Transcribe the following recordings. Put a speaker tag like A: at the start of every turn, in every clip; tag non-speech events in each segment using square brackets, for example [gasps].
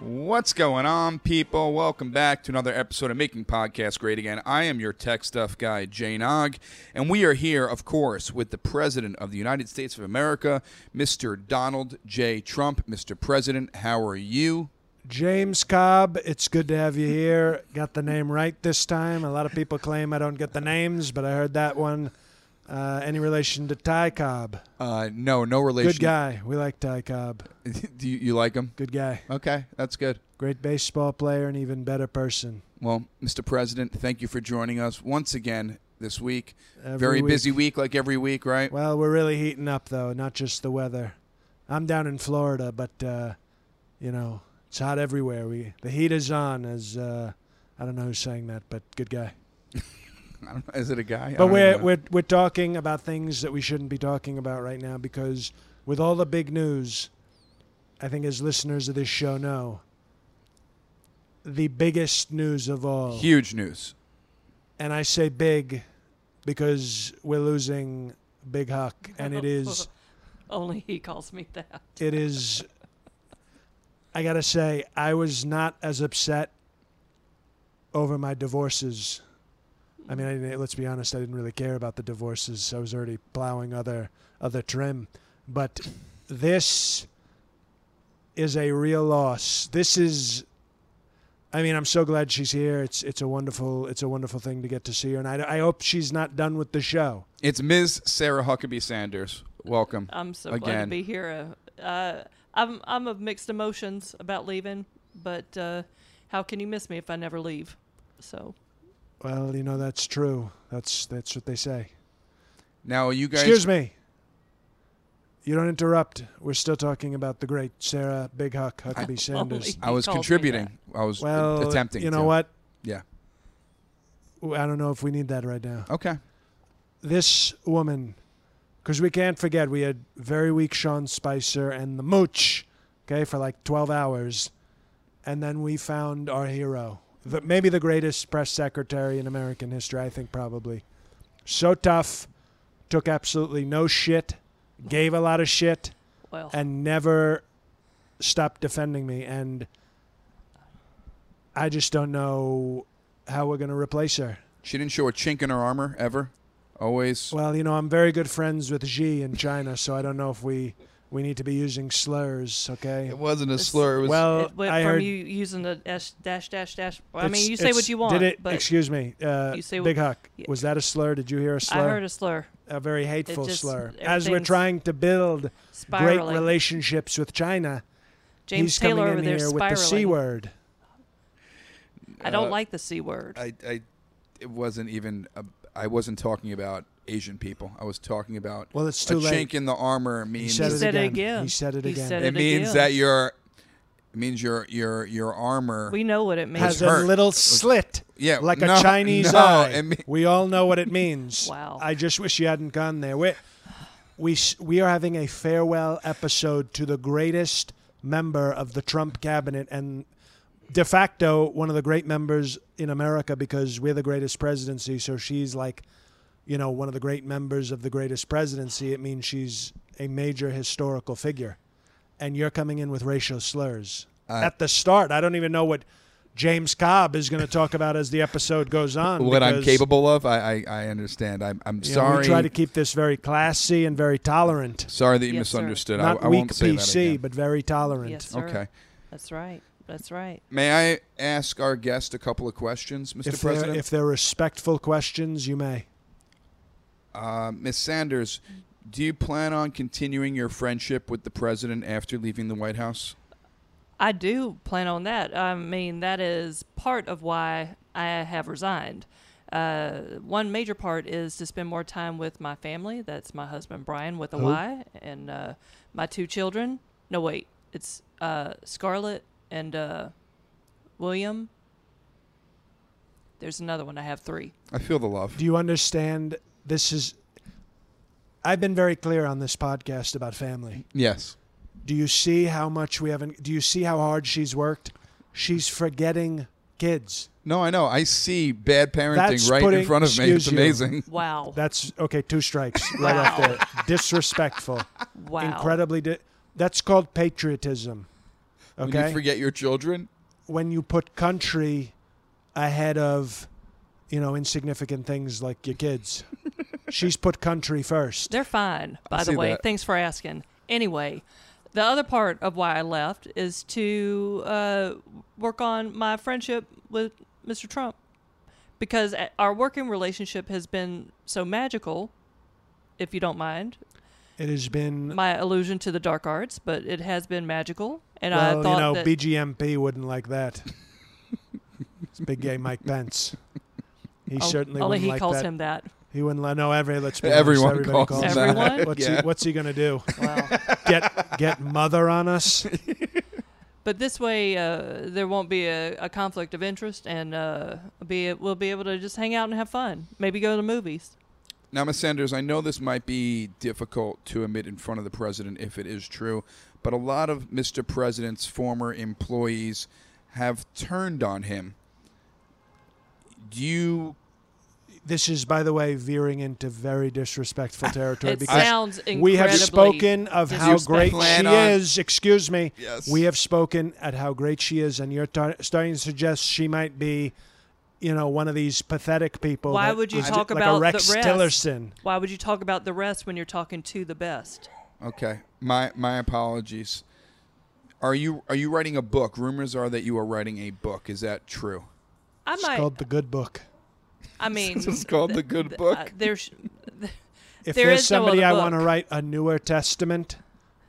A: What's going on, people? Welcome back to another episode of Making Podcasts Great Again. I am your tech stuff guy, Jay Nog, and we are here, of course, with the President of the United States of America, Mr. Donald J. Trump. Mr. President, how are you?
B: James Cobb, it's good to have you here. Got the name right this time. A lot of people claim I don't get the names, but I heard that one. Uh, any relation to Ty Cobb?
A: Uh, no, no relation.
B: Good guy. We like Ty Cobb.
A: [laughs] Do you, you like him?
B: Good guy.
A: Okay, that's good.
B: Great baseball player and even better person.
A: Well, Mr. President, thank you for joining us once again this week.
B: Every
A: Very
B: week.
A: busy week, like every week, right?
B: Well, we're really heating up though, not just the weather. I'm down in Florida, but uh, you know it's hot everywhere. We the heat is on. As uh, I don't know who's saying that, but good guy.
A: I don't know. Is it a guy? I
B: But
A: don't
B: we're,
A: know.
B: we're we're talking about things that we shouldn't be talking about right now because with all the big news, I think as listeners of this show know, the biggest news of all,
A: huge news.
B: and I say big because we're losing Big Huck, and
C: [laughs]
A: [laughs]
B: it is
C: Only he calls me that.
B: it is. I gotta say, I was not as upset over my divorces. I mean, I didn't, let's be honest, I didn't really care about the divorces. I was already plowing other other trim, but this is a real loss. This is. I mean, I'm so glad she's here. It's it's a wonderful it's a wonderful thing to get to see her, and I, I hope she's not done with the show.
A: It's Ms. Sarah Huckabee Sanders. Welcome.
C: I'm so
A: again.
C: glad to be here. Uh, uh, I'm I'm of mixed emotions about leaving, but uh, how can you miss me if I never leave? So
B: Well, you know that's true. That's that's what they say.
A: Now, are you guys.
B: Excuse me. You don't interrupt. We're still talking about the great Sarah Big Huck
A: [laughs]
B: Huckabee Sanders.
A: I was
C: He calls me
A: contributing. I was
B: Well,
A: attempting.
B: You know
A: to.
B: what?
A: Yeah.
B: I don't know if we need that right now.
A: Okay.
B: This woman, because we can't forget, we had very weak Sean Spicer and the Mooch, okay, for like 12 hours. And then we found our hero, the, maybe the greatest press secretary in American history, I think probably. So tough, took absolutely no shit, gave a lot of shit.
C: well,
B: and never stopped defending me. And I just don't know how we're going to replace her.
A: She didn't show a chink in her armor ever. Always.
B: Well, you know, I'm very good friends with Xi in China, so I don't know if we we need to be using slurs. Okay.
A: it wasn't a slur. It was
B: Well,
C: it went
B: uh, I
C: from
B: heard.
C: you using the dash dash dash dash. Well, I
B: it's-
C: mean, you say
B: it's-
C: what you want,
B: Did it?
C: but
B: excuse me. Uh,
C: you say what-
B: Big Huck.
C: Yeah.
B: Was that a slur? Did you hear a slur?
C: I heard a slur.
B: a very hateful
C: just-
B: slur. As we're
C: everything's
B: trying to build great
C: Spiraling.
B: relationships with China,
C: James
B: he's
C: Taylor
B: coming
C: over
B: in
C: there
B: here with
C: spiraling.
B: the c word.
C: I don't like the c word.
B: Uh,
A: I, I. It wasn't even. A, I wasn't talking about Asian people. I was talking about.
B: Well, it's
A: a
B: too late.
A: chink in the armor means
B: said
C: he
B: it
C: said
B: again.
C: it again.
B: He said it
C: He
B: again.
C: said
A: it means
C: again.
A: that your. It means your your your armor.
C: we know what it means.
B: has
A: It's hurt.
B: a little slit,
A: Yeah,
B: like
A: no,
B: a Chinese
A: no,
B: eye.
A: I mean-
B: we all know what it means.
C: [laughs] Wow.
B: I just wish you hadn't gone there. We, we, s- we are having a farewell episode to the greatest member of the Trump cabinet and de facto one of the great members in America because we're the greatest presidency. So she's like, you know, one of the great members of the greatest presidency. It means she's a major historical figure. And you're coming in with racial slurs at the start. I don't even know what James Cobb is going to talk about as the episode goes
A: [laughs]
B: on.
A: what I'm
B: because,
A: capable of, I I, I understand. I'm I'm
B: you know,
A: sorry.
B: we try to keep this very classy and very tolerant.
A: sorry that you
C: Yes, sir.
A: misunderstood. I,
B: Not
A: I
B: weak
A: won't say
B: PC,
A: that again.
B: but very tolerant.
C: yes, sir.
A: Okay.
C: That's right. That's right.
A: May I ask our guest a couple of questions, Mr.
B: If they're,
A: President?
B: if they're respectful questions, you may.
A: Uh, Ms. Sanders, do you plan on continuing your friendship with the president after leaving the White House?
C: I do plan on that. I mean, that is part of why I have resigned. Uh, one major part is to spend more time with my family. That's my husband Brian with a Y, and uh, my two children. No, wait, it's uh, Scarlett and uh, William. There's another one. I have three.
A: I feel the love.
B: Do you understand? This is. I've been very clear on this podcast about family.
A: yes.
B: Do you see how much we haven't? Do you see how hard she's worked? She's forgetting kids.
A: No, I know. I see bad parenting
B: That's
A: right in
B: putting-
A: front of me. It's
B: excuse you.
A: amazing. [laughs]
C: Wow.
B: That's okay. Two strikes right off
C: Wow.
B: there. Disrespectful.
C: wow.
B: Incredibly. Di- that's called patriotism. Okay.
A: When you forget your children,
B: when you put country ahead of, you know, insignificant things like your
C: [laughs]
B: kids. She's put country first.
C: They're fine, by
A: see
C: the way.
A: that.
C: Thanks for asking. Anyway, the other part of why I left is to uh, work on my friendship with Mr. Trump because uh, our working relationship has been so magical, if you don't mind
B: It has been.
C: my allusion to the dark arts, but it has been magical. And I
B: well,
C: thought
B: you know,
C: that
B: BGMP wouldn't like that. it's big gay Mike Pence. He
C: Oh,
B: certainly
C: only
B: wouldn't
C: he
B: like
C: calls
B: that.
C: him that.
B: He wouldn't let no every. Let's be
A: Everyone
B: honest,
A: calls
B: everybody
A: him
B: calls
C: that.
B: him that.
C: Everyone?
B: What's,
A: Yeah.
B: he, what's he gonna do?
C: [laughs] Wow.
B: Get get mother on us?
C: But this way, uh, there won't be a, a conflict of interest, and uh, be we'll be able to just hang out and have fun. Maybe go to movies.
A: Now, Ms. Sanders, I know this might be difficult to admit in front of the president if it is true, but a lot of Mr. President's former employees have turned on him. Do you?
B: This is, by the way, veering into very disrespectful territory
C: It
B: because
C: sounds incredibly.
B: we have spoken of how great
A: Plan
B: she
A: on-
B: is. Excuse me.
A: Yes.
B: We have spoken at how great she is, and you're tar- starting to suggest she might be, you know, one of these pathetic people.
C: Why
B: that
C: would you
B: is
C: talk
B: like
C: about
B: a Rex
C: the rest?
B: Tillerson?
C: Why would you talk about the rest when you're talking to the best?
A: Okay, my my apologies. Are you are you writing a book? Rumors are that you are writing a book. Is that [laughs] true?
C: I
B: It's
C: might.
B: called the Good Book. [laughs]
C: I mean,
A: It's called The Good Book.
C: Uh, there's.
B: If
C: There
B: there's
C: is no
B: somebody
C: other
B: I
C: book.
B: want to write a newer testament,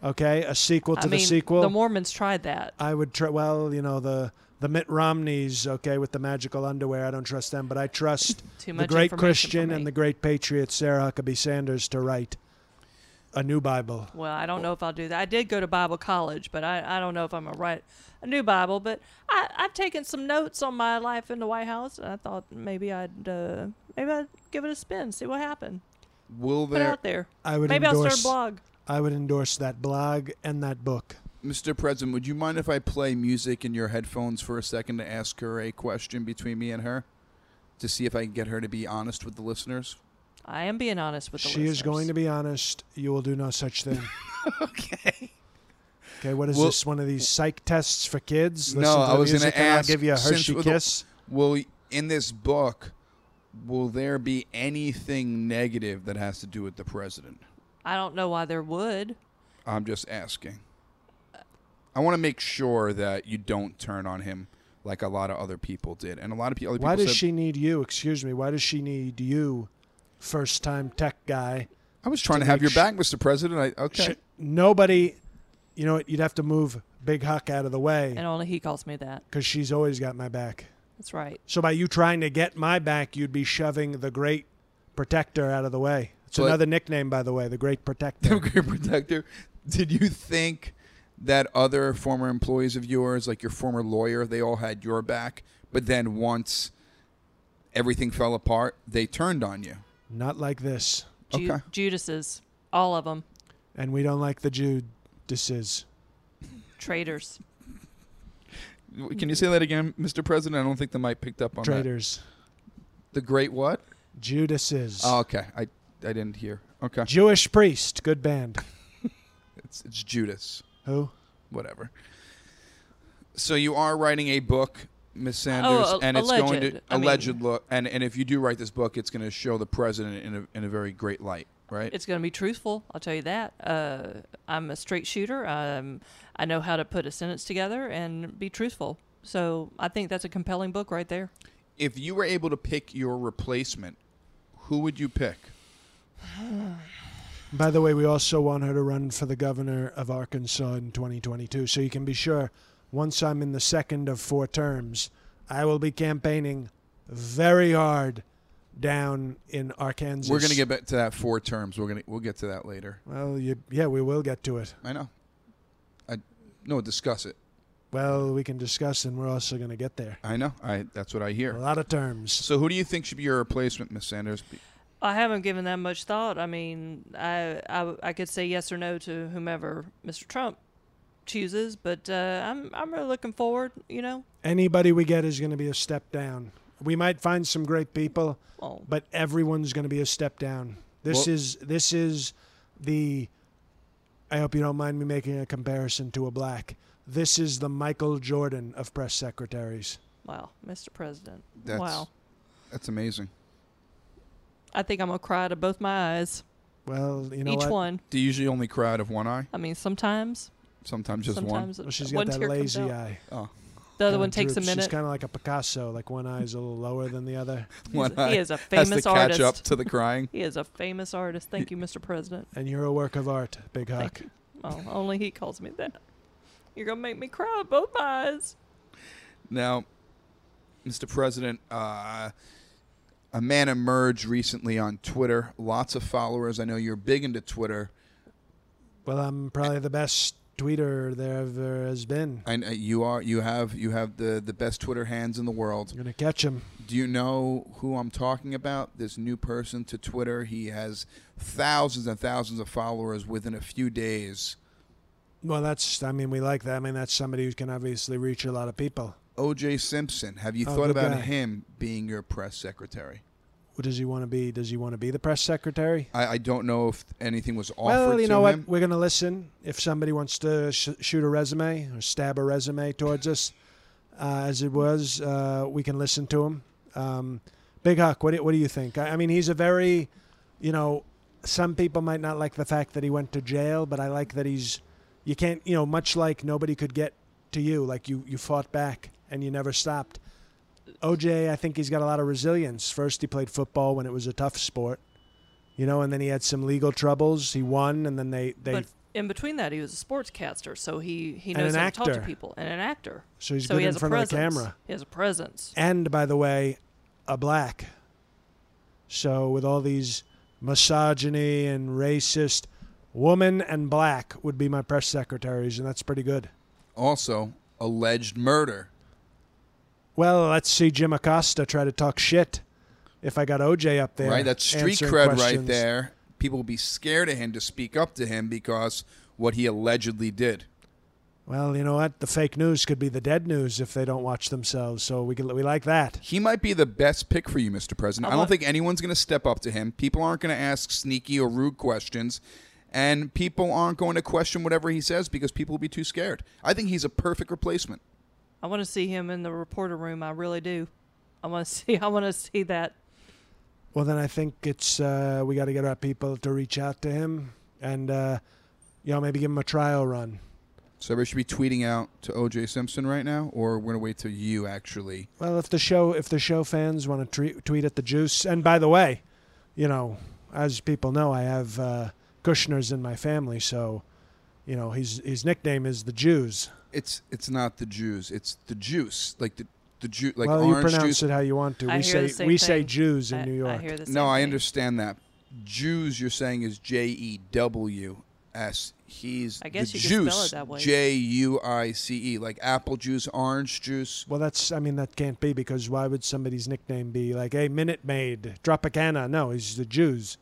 B: okay, a sequel to
C: I
B: the
C: mean,
B: sequel,
C: the Mormons tried that.
B: I would try. Well, you know the the Mitt Romneys, okay, with the magical underwear. I don't trust them, but I trust
C: [laughs] Too
B: the
C: much
B: great
C: information for
B: Christian
C: me.
B: and the great patriot Sarah Huckabee Sanders to write a new Bible.
C: Well, I don't know if I'll do that. I did go to Bible college, but I, I don't know if I'm a write a new Bible. But I, I've taken some notes on my life in the White House, and I thought maybe I'd uh, maybe I'd give it a spin, see what happened.
A: Will
C: Put it
A: there,
C: out there.
B: I would
C: maybe I'll start
B: endorse.
C: a blog.
B: I would endorse that blog and that book.
A: Mr. President? Would you mind if I play music in your headphones for a second to ask her a question between me and her, to see if I can get her to be honest with the listeners?
C: I am being honest with the
B: she is going to be honest. You will do no such
C: [laughs]
B: thing.
A: Okay.
B: Okay, what is
A: Well-
B: this? One of these psych tests for kids?
A: No,
B: Listen to
A: I
B: the
A: was gonna
B: music and I'll
A: ask,
B: give you a
A: since
B: Hershey
A: with the-
B: kiss.
A: Will in this book will there be anything negative that has to do with the president?
C: I don't know why there would.
A: I'm just asking. I want to make sure that you don't turn on him like a lot of other people did, and a lot of people. Other people
B: Why does
A: said,
B: she need you? Excuse me. Why does she need you, first time tech guy?
A: I was trying to
B: to
A: have
B: make
A: your
B: sh-
A: back, Mr. President. I, okay.
B: Sh- Nobody, you know what? You'd have to move Big Huck out of the
C: And
B: way
C: only he calls me that.
B: because she's always got my back.
C: That's right.
B: So by you trying to get my back, you'd be shoving the great protector out of the way. It's
A: But-
B: another nickname, by the way, the great
A: [laughs]
B: protector.
A: Great protector. Did you think that other former employees of yours, like your former lawyer, they all had your back, but then once everything fell apart, they turned on you?
B: Not like this.
C: Ju-
A: Okay.
C: Judas's, all of them,
B: And we don't like the Judases.
C: traitors.
A: Can you say that again, Mr. President? I don't think the mic picked up on that.
B: Traitors.
A: The great what?
B: Judases.
A: Oh, okay. I, I didn't hear. Okay.
B: Jewish priest. Good band.
A: It's, it's Judas.
B: Who?
A: Whatever. So you are writing a book, Miss Sanders,
C: Oh, a-
A: and it's going to
C: alleged. I mean-
A: alleged look. And and if you do write this book, it's going to show the president in a in a very great light. right?
C: It's going to be truthful. I'll tell you that. Uh, I'm a straight shooter. Um, I know how to put a sentence together and be truthful. So I think that's a compelling book right there.
A: if you were able to pick your replacement, who would you pick?
B: By the way, we also want her to run for the governor of Arkansas in 2022. So you can be sure, once I'm in the second of four terms, I will be campaigning very hard down in Arkansas.
A: We're going to get back to that four terms. We're going to we'll get to that later.
B: Well, you, yeah, we will get to it.
A: I know. I no discuss it.
B: Well, we can discuss, and we're also going to get there.
A: I know. I that's what I
B: A
A: hear.
B: lot of terms.
A: So who do you think should be your replacement, Miss Sanders? Be-
C: I haven't given that much thought. I mean, I, I, I could say yes or no to whomever Mr. Trump chooses, but uh, I'm I'm really looking forward. You know,
B: Anybody we get is going to be a step down. We might find some great people,
C: well,
B: but everyone's going to be a step down. This
A: Well-
B: is this is the. I hope you don't mind me making a comparison to a black. This is the Michael Jordan of press secretaries.
C: wow, Mr. President,
A: That's-
C: wow.
A: That's amazing.
C: I think I'm gonna cry out of both my eyes.
B: Well, you know
C: Each
B: what?
C: one.
A: Do you usually only cry out of one eye?
C: I mean, sometimes,
A: Sometimes just
C: sometimes
B: Well, she's
C: one
B: got that
C: tear comes
B: lazy
C: out.
B: eye.
A: one.
C: The other
B: Kinda
C: one takes a
B: droops. She's
C: minute.
B: kind of like a Picasso. Like one eye is a little lower than the other.
A: Oh, one
C: he
A: eye
C: is a
A: has to
C: famous
A: catch
C: artist.
A: up to the crying.
C: He is a famous artist. Thank you, Mr. President.
B: And you're a work of art, Big Huck.
C: Thank you. Oh, only he calls me that. You're gonna make me cry both my eyes.
A: Now, Mr. President, uh, a man emerged recently on Twitter. Lots of followers. I know you're big into Twitter.
B: Well, I'm probably the best tweeter there ever has been.
A: I, I- you are. You have. You have the the best Twitter hands in the world.
B: I'm gonna catch him.
A: Do you know who I'm talking about? This new person to Twitter. He has thousands and thousands of followers within a few days.
B: Well, that's. I mean, we like that. I mean, that's somebody who can obviously reach a lot of people.
A: O.J. Simpson. Have you
B: Oh,
A: thought
B: good
A: about
B: guy.
A: him being your press secretary?
B: What does he want to be? Does he want to be the press secretary?
A: I, I don't know if anything was offered
B: well, you
A: to
B: know
A: him.
B: what? We're going to listen. If somebody wants to sh- shoot a resume or stab a resume towards us, uh, as it was, uh, we can listen to him. Um, Big Huck, what do, what do you think? I, I mean, he's a very, you know, some people might not like the fact that he went to jail, but I like that he's, you can't, you know, much like nobody could get to you, like you, you fought back and you never stopped. OJ, I think he's got a lot of resilience. First, he played football when it was a tough sport, you know, and then he had some legal troubles. He won, and then they, they
C: But in between that, he was a sportscaster, so he he
B: And
C: knows
B: an
C: how to talk to
B: actor.
C: people and an actor.
B: So he's
C: so
B: good
C: he
B: in
C: has
B: front
C: a
B: of the
C: presence.
B: camera.
C: He has a presence.
B: and by the way, a black. So with all these misogyny and racist, woman and black would be my press secretaries, and that's pretty good.
A: also, alleged murder.
B: Well, let's see Jim Acosta try to talk shit. If I got OJ up there,
A: Right, that's street
B: answering
A: cred right
B: questions.
A: there. People will be scared of him to speak up to him because what he allegedly did.
B: Well, you know what? The fake news could be the dead news if they don't watch themselves. So we can, we like that.
A: He might be the best pick for you, Mr. President. I don't
C: want-
A: think anyone's going to step up to him. People aren't going to ask sneaky or rude questions, and people aren't going to question whatever he says because people will be too scared. I think he's a perfect replacement.
C: I want to see him in the reporter room. I really do. I want to [laughs] see. I want to see that.
B: Well, then I think it's uh, we got to get our people to reach out to him and uh, you know maybe give him a trial run.
A: So everybody should be tweeting out to O.J. Simpson right now, or we're going to wait till you actually.
B: Well, if the show if the show fans want to tre- tweet at the juice, and by the way, you know, as people know, I have uh, Kushner's in my family, so you know his his nickname is the Jews.
A: It's it's not the Jews. It's the juice, like the the ju- like
B: well, you
A: orange
B: pronounce
A: juice.
B: it how you want to.
C: I
B: we
C: hear
B: say
C: the same
B: we say
C: thing.
B: Jews in
C: I,
B: New York.
C: I hear the same
A: No, I
C: thing.
A: understand that. Jews, you're saying is J E W S. He's
C: I guess
A: the
C: you could spell
A: juice,
C: it that way.
A: J U I C E, like apple juice, orange juice.
B: Well, that's I mean that can't be because why would somebody's nickname be like a Minute Maid, Tropicana? No, he's the Jews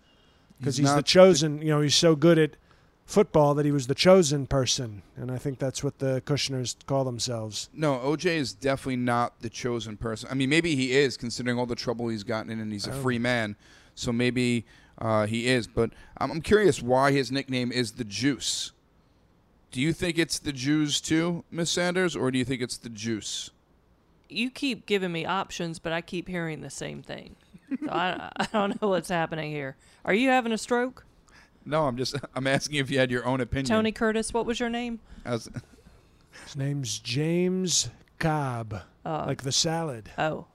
B: because he's, the
A: not
B: chosen. you know, he's so good at football that he was the chosen person, and I think that's what the Kushners call themselves.
A: No, OJ is definitely not the chosen person. I mean, maybe he is, considering all the trouble he's gotten in, and he's a
C: Oh.
A: free man. So maybe uh, he is. But I'm, I'm curious why his nickname is the Juice. Do you think it's the Jews too, Miss Sanders, or do you think it's the Juice?
C: You keep giving me options, but
B: [laughs]
C: I
A: Mm-hmm.
C: keep hearing the same thing. So I, I don't know what's happening here. Are you having a stroke?
A: No, I'm just [laughs] I'm asking if you had your own opinion.
C: Tony Curtis, what was your name?
A: I was-
B: His name's James Cobb, like
A: [laughs]
B: the salad.
C: Oh,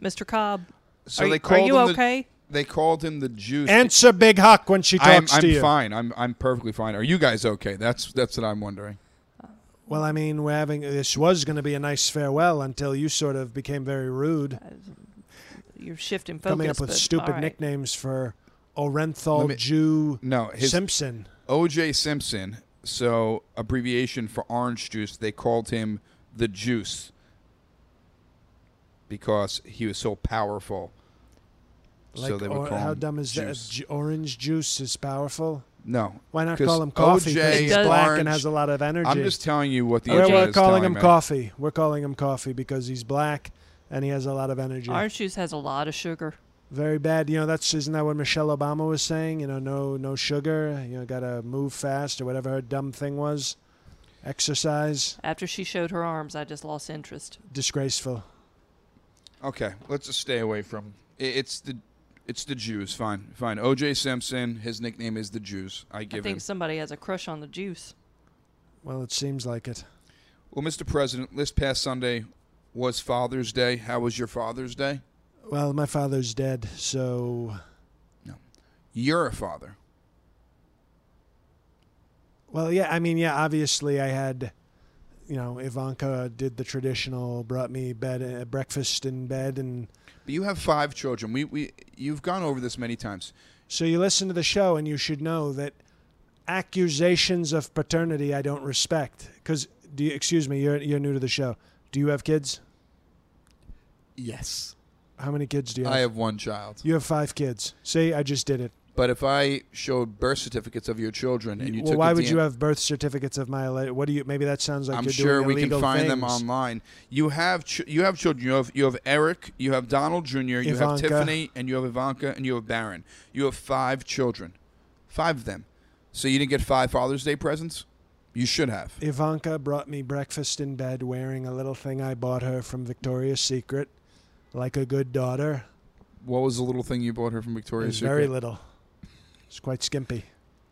C: Mr. Cobb.
A: so
C: are,
A: they
C: you-
A: called
C: are you
A: him the-
C: okay?
A: they called him the juice.
B: Answer Big Huck when she
A: I'm,
B: talks
A: I'm
B: to you.
A: fine. I'm I'm perfectly fine. Are you guys okay? That's that's what I'm wondering.
B: Well, I mean, we're having this was going to be a nice farewell until you sort of became very rude,
C: You're shifting focus.
B: coming up with
C: but
B: stupid
C: all right.
B: nicknames for
A: Let
B: Orenthal
A: me-
B: Jew
A: No, his
B: Simpson.
A: OJ Simpson, so abbreviation for orange juice, they called him the juice because he was so powerful.
B: Like,
A: so they would
B: or-
A: call
B: how
A: him
B: dumb is
A: juice.
B: that? Ju- Orange juice is powerful.
A: No.
B: Why not
A: 'cause
B: call him coffee? 'Cause
A: OJ
B: he's
C: It
B: black
A: orange-
B: and has a lot of energy.
A: I'm just telling you what the
B: We're-
A: OJ
B: we're
A: is
B: calling
A: telling
B: him
A: me.
B: coffee. We're calling him coffee because he's black and he has a lot of energy.
C: Orange juice has a lot of sugar.
B: Very bad. You know, that's isn't that what Michelle Obama was saying? You know, no no sugar. You know, gotta move fast or whatever her dumb thing was. Exercise.
C: After she showed her arms, I just lost interest.
B: Disgraceful.
A: Okay, let's just stay away from i- it's the it's the Jews. Fine, fine. OJ Simpson, his nickname is the Jews. I
C: I
A: give
C: think
A: him.
C: somebody has a crush on the juice.
B: Well, it seems like it.
A: Well, Mr. President, this past Sunday was Father's Day. How was your Father's Day?
B: Well, my father's dead, so
A: You're a father.
B: well, yeah, I mean, yeah, obviously I had you know, Ivanka did the traditional brought me bed uh, breakfast in bed and
A: But you have five children. We, we you've gone over this many times.
B: So you listen to the show and you should know that accusations of paternity I don't respect. Because do you, excuse me, you're you're new to the show. Do you have kids?
A: Yes.
B: How many kids do you have?
A: I have one child.
B: You have five kids. See, I just did it.
A: But if I showed birth certificates of your children and you
B: well,
A: took
B: why
A: a
B: would
A: DNA
B: you have birth certificates of my? Ele- what do you? Maybe that sounds like
A: I'm
B: you're
A: sure
B: doing
A: we can
B: illegal
A: find them
B: things.
A: online. You have ch- you have children. You have you have Eric. You have Donald Jr. You have
B: Ivanka.
A: Tiffany, and you have Ivanka, and you have Baron. You have five children, five of them. So you didn't get five Father's Day presents. You should have.
B: Ivanka brought me breakfast in bed wearing a little thing I bought her from Victoria's Secret, like a good daughter.
A: What was the little thing you bought her from
B: It
A: Victoria's
B: was
A: Secret?
B: very little. It's quite skimpy.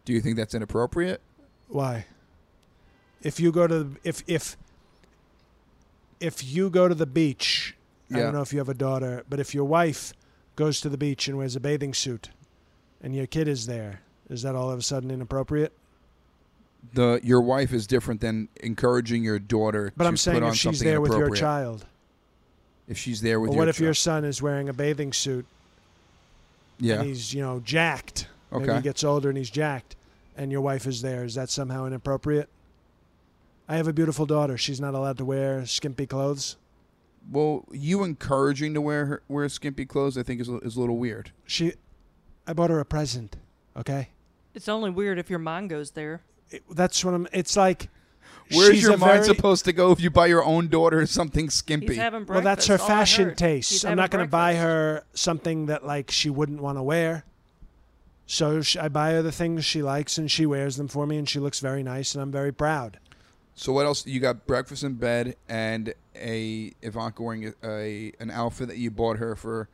A: Do you think that's inappropriate?
B: Why? If you go to the, if if if you go to the beach, I
A: Yeah.
B: don't know if you have a daughter, but if your wife goes to the beach and wears a bathing suit, and your kid is there, is that all of a sudden inappropriate?
A: The your wife is different than encouraging your daughter.
B: But
A: to
B: I'm saying
A: put on
B: if she's
A: something
B: there with your
A: inappropriate.
B: child,
A: If she's there with
B: or
A: your
B: what if your
A: child.
B: son is wearing a bathing suit
A: yeah.
B: and he's you know jacked? Maybe
A: Okay.
B: he gets older and he's jacked, and your wife is there. Is that somehow inappropriate? I have a beautiful daughter. She's not allowed to wear skimpy clothes.
A: Well, you encouraging to wear her, wear skimpy clothes, I think is a- is a little weird.
B: She, I bought her a present. Okay,
C: It's only weird if your mind goes there.
B: It- that's what I'm. It's like
A: Where's
B: she's
A: your
B: a
A: mind
B: very-
A: supposed to go if you buy your own daughter [laughs] something skimpy?
C: He's having breakfast.
B: Well, that's her
C: all I
B: fashion
C: heard.
B: taste.
C: He's
B: I'm
C: having
B: not going to buy
C: breakfast.
B: her something that like she wouldn't want to wear. So sh I buy her the things she likes, and she wears them for me, and she looks very nice, and I'm very proud.
A: so what else? You got breakfast in bed and a Ivanka wearing a, a an outfit that you bought her for.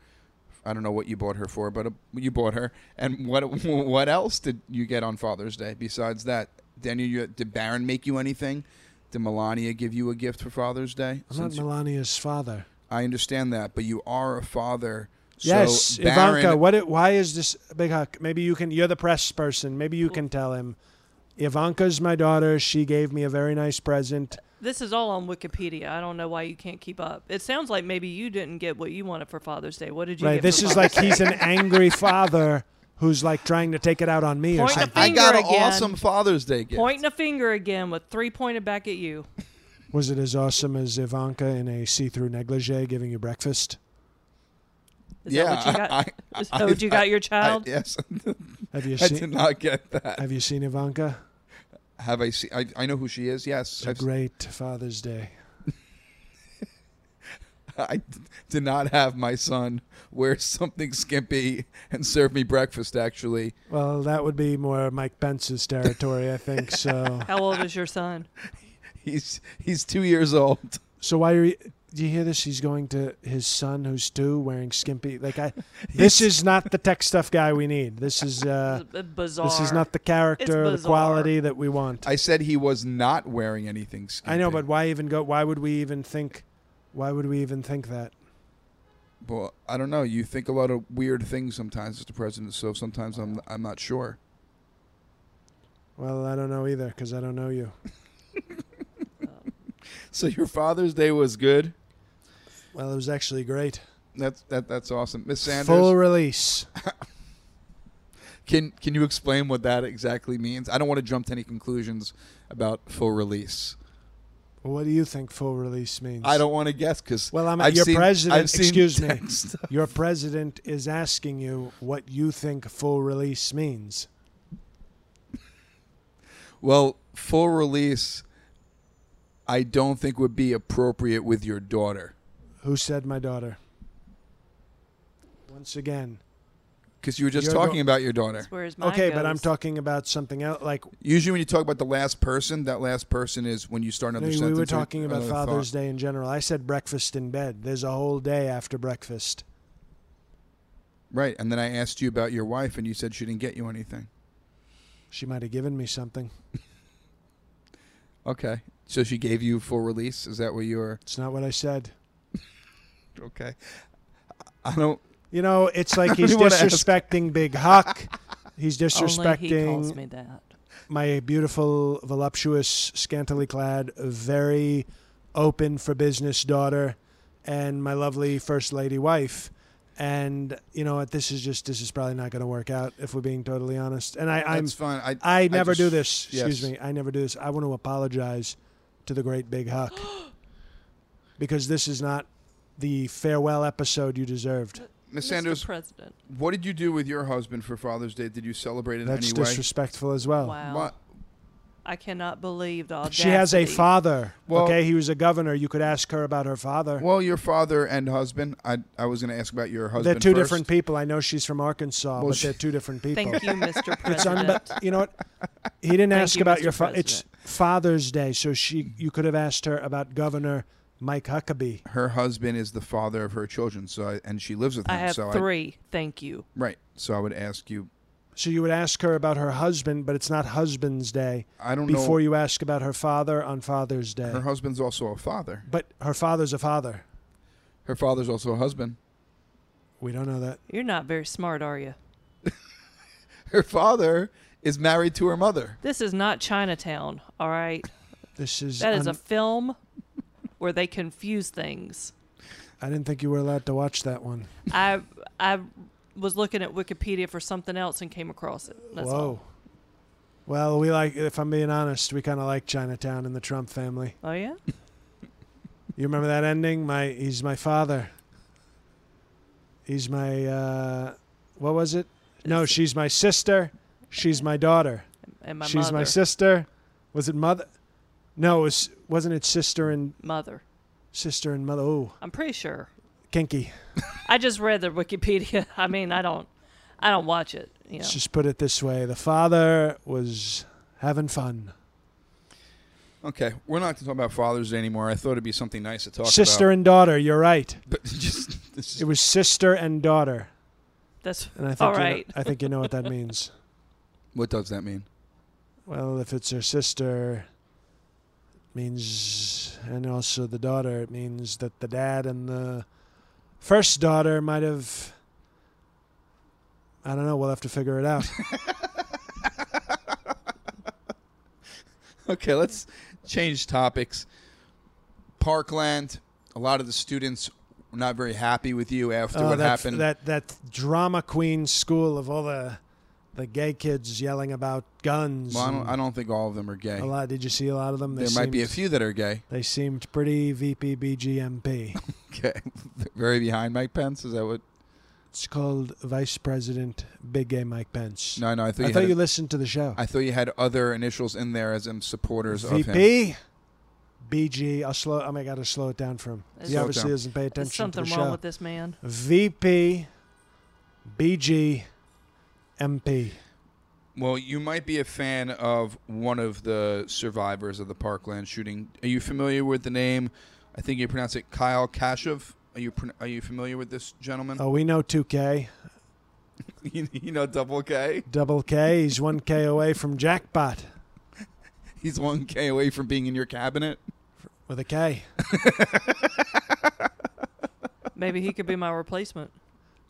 A: I don't know what you bought her for, but uh you bought her. And what [laughs] what else did you get on Father's Day besides that? Daniel, you, did Baron make you anything? Did Melania give you a gift for Father's Day?
B: I'm
A: Since
B: not
A: you-
B: Melania's father.
A: I understand that, but you are a father. So
B: yes,
A: Baron,
B: Ivanka. What? It, why is this big huck? Maybe you can. You're the press person. Maybe you can tell him. Ivanka's my daughter. She gave me a very nice present.
C: This is all on Wikipedia. I don't know why you can't keep up. It sounds like maybe you didn't get what you wanted for Father's Day. What did you
B: Right.
C: get?
B: This
C: for
B: is
C: Father's
B: like he's an angry father who's like trying to take it out on me or
C: Point the
B: something.
A: I got an
C: Finger again.
A: awesome Father's Day
C: Day?
A: gift.
C: pointing a finger again with three pointed back at you.
B: Was it as awesome as Ivanka in a see-through negligee giving you breakfast?
C: Is
A: yeah,
C: that what you got?
A: I- [laughs] I-
C: is that what you
A: I-
C: got your
A: I-
C: child?
A: yes, [laughs]
B: Have you
A: I did
B: seen?
A: not get that.
B: Have you seen Ivanka?
A: Have I seen? I, I know who she is. Yes,
B: It's a
A: I've-
B: great Father's Day.
A: I d- did not have my son wear [laughs] something skimpy and serve me breakfast. Actually,
B: Well, that would be more Mike Pence's territory, I think. So,
C: How old is your son?
A: he's he's two years old.
B: so why are you? do you hear this? He's going to his son, who's two, wearing skimpy. Like
C: [laughs]
B: I, this is not the tech stuff guy we need. This is uh,
C: B- bizarre.
B: this is not the character, the
C: bizarre.
B: quality that we want. I,
A: I said he was not wearing anything. Skimpy.
B: know, but why even go? Why would we even think? Why would we even think that?
A: Well, I don't know. You think a lot of weird things sometimes, Mr. President. So sometimes I'm I'm not sure.
B: Well, I don't know either because I don't know you.
A: So your Father's Day was good.
B: Well, it was actually great.
A: That's that that's awesome, Miss Sanders.
B: Full release.
A: Can can you explain what that exactly means? I don't want to jump to any conclusions about full release.
B: What do you think full release means?
A: I don't want to guess because
B: Well, I'm
A: I've
B: your
A: seen-
B: president.
A: I've seen
B: excuse me.
A: text.
B: Your president is asking you what you think full release means.
A: Well, full release, I don't think would be appropriate with your daughter
B: Who said my daughter? Once again.
A: because you were just
B: Your
A: talking
B: dau-
A: about your daughter.
C: Where's mine
B: Okay, but I'm
C: goes.
B: talking about something else. Like
A: Usually, when you talk about the last person, that last person is when you start another
B: we
A: sentence.
B: were
A: or
B: talking about
A: another thought.
B: Father's Day in general. I said breakfast in bed. There's a whole day after breakfast.
A: right? And then I asked you about your wife, and you said she didn't get you anything.
B: She might have given me something.
A: Okay, so she gave you full release. Is that what you were?
B: It's not what I said.
A: Okay, I I don't.
B: You know, it's
A: [laughs]
B: like
A: don't
B: he's
A: even wanna ask.
B: disrespecting Big Huck. He's
C: Only he
B: disrespecting
C: calls me that.
B: my beautiful, voluptuous, scantily clad, very open for business daughter, and my lovely first lady wife. And you know what? This is just this is probably not going to work out if we're being totally honest. And I, I'm
A: That's fine. I
B: I never
A: just-
B: do this.
A: yes.
B: Excuse me. I never do this. I want to apologize to the great
A: [gasps]
B: Big Huck because this is not the farewell episode you deserved.
A: Miss Sanders,
C: Mr. President.
A: what did you do with your husband for Father's Day? Did you celebrate it
B: That's
A: in any way?
B: disrespectful as well.
C: Wow.
A: What?
C: I cannot believe the audacity.
B: She has a father.
A: Well-
B: okay, he was a governor. You could ask her about her father.
A: Well, your father and husband. I I was going to ask about your husband.
B: they're two
A: first.
B: different people. I know she's from Arkansas,
A: Well,
B: but
A: she-
B: they're two different people.
C: Thank you, Mr.
B: [laughs] It's
C: President.
B: unbe- you know what? He didn't
C: Thank
B: ask
C: you,
B: about
C: Mr.
B: your fa- it's Father's Day, so she you could have asked her about Governor Mike Huckabee.
A: her husband is the father of her children, so I, and she lives with him.
C: I have
A: so
C: three. Thank you.
A: I, right. So I would ask you.
B: So you would ask her about her husband, but it's not Husband's Day
A: I don't
B: before
A: know.
B: you ask about her father on Father's Day.
A: her husband's also a father.
B: but her father's a father.
A: Her father's also a husband.
B: We don't know that.
C: You're not very smart, are you?
A: Her father is married to her mother.
C: This is not Chinatown, all right?
B: This is.
C: That is a
B: un-
C: film where they confuse things.
B: [laughs] I didn't think you were allowed to watch that one.
C: I I was looking at Wikipedia for something else and came across it. That's
B: Whoa.
C: all.
B: Well, we like. If I'm being honest, we kind of like Chinatown and the Trump family.
C: Oh yeah.
B: You remember that ending? My he's my father. He's my uh, what was it? No, she's my sister. She's my daughter.
C: And my
B: she's
C: mother.
B: my sister. Was it mother? No, it was wasn't it sister and
C: mother.
B: sister and mother? Oh,
C: I'm pretty sure.
B: kinky.
C: I just read the Wikipedia. [laughs] I mean, I don't I don't watch it, you know.
B: Let's just put it this way: the father was having fun.
A: Okay, we're not going to talk about Father's Day anymore. I thought it'd be something nice to talk
B: sister
A: about.
B: and daughter. You're right.
A: But [laughs] just this is,
B: It was sister and daughter,
C: That's
B: and I think
C: all
B: you know-
C: right.
B: I think you know what that
C: [laughs]
B: means.
A: what does that mean?
B: Well, if it's her sister, it means, and also the daughter, it means that the dad and the first daughter might have. I don't know. We'll have to figure
A: [laughs]
B: it out.
A: [laughs] Okay, let's change topics. Parkland. A lot of the students were not very happy with you after
B: Oh,
A: what
B: that,
A: happened.
B: That that drama queen school of all the the gay kids yelling about guns.
A: well, I don't,
B: and
A: I don't think all of them are gay.
B: a lot. Did you see a lot of them? They
A: There might be a
B: seemed-
A: few that are gay.
B: They seemed
A: [laughs]
B: pretty VPBGMP.
A: Okay, very behind Mike Pence. Is that what?
B: it's called Vice President Big Gay Mike Pence.
A: No, no. I thought
B: I
A: you.
B: thought
A: had
B: you listened to the show.
A: I thought you had other initials in there as in supporters
B: E
A: of him.
B: VP, BG. I'll slow. I mean, I gotta slow it down for him.
C: Slow
B: He
C: it
B: obviously
A: down.
B: doesn't pay
C: There's
B: attention to
C: something
B: the
C: wrong
B: show.
C: with this man.
B: VP, BG, MP.
A: Well, you might be a fan of one of the survivors of the Parkland shooting. Are you familiar with the name I think you pronounce it Kyle Kashev. Are you pron- are you familiar with this gentleman?
B: Oh, we know 2K.
A: [laughs] you, you know Double K.
B: Double K. He's 1K away from jackpot
A: He's one K away from being in your cabinet.
B: with a K.
C: Maybe he could be my replacement.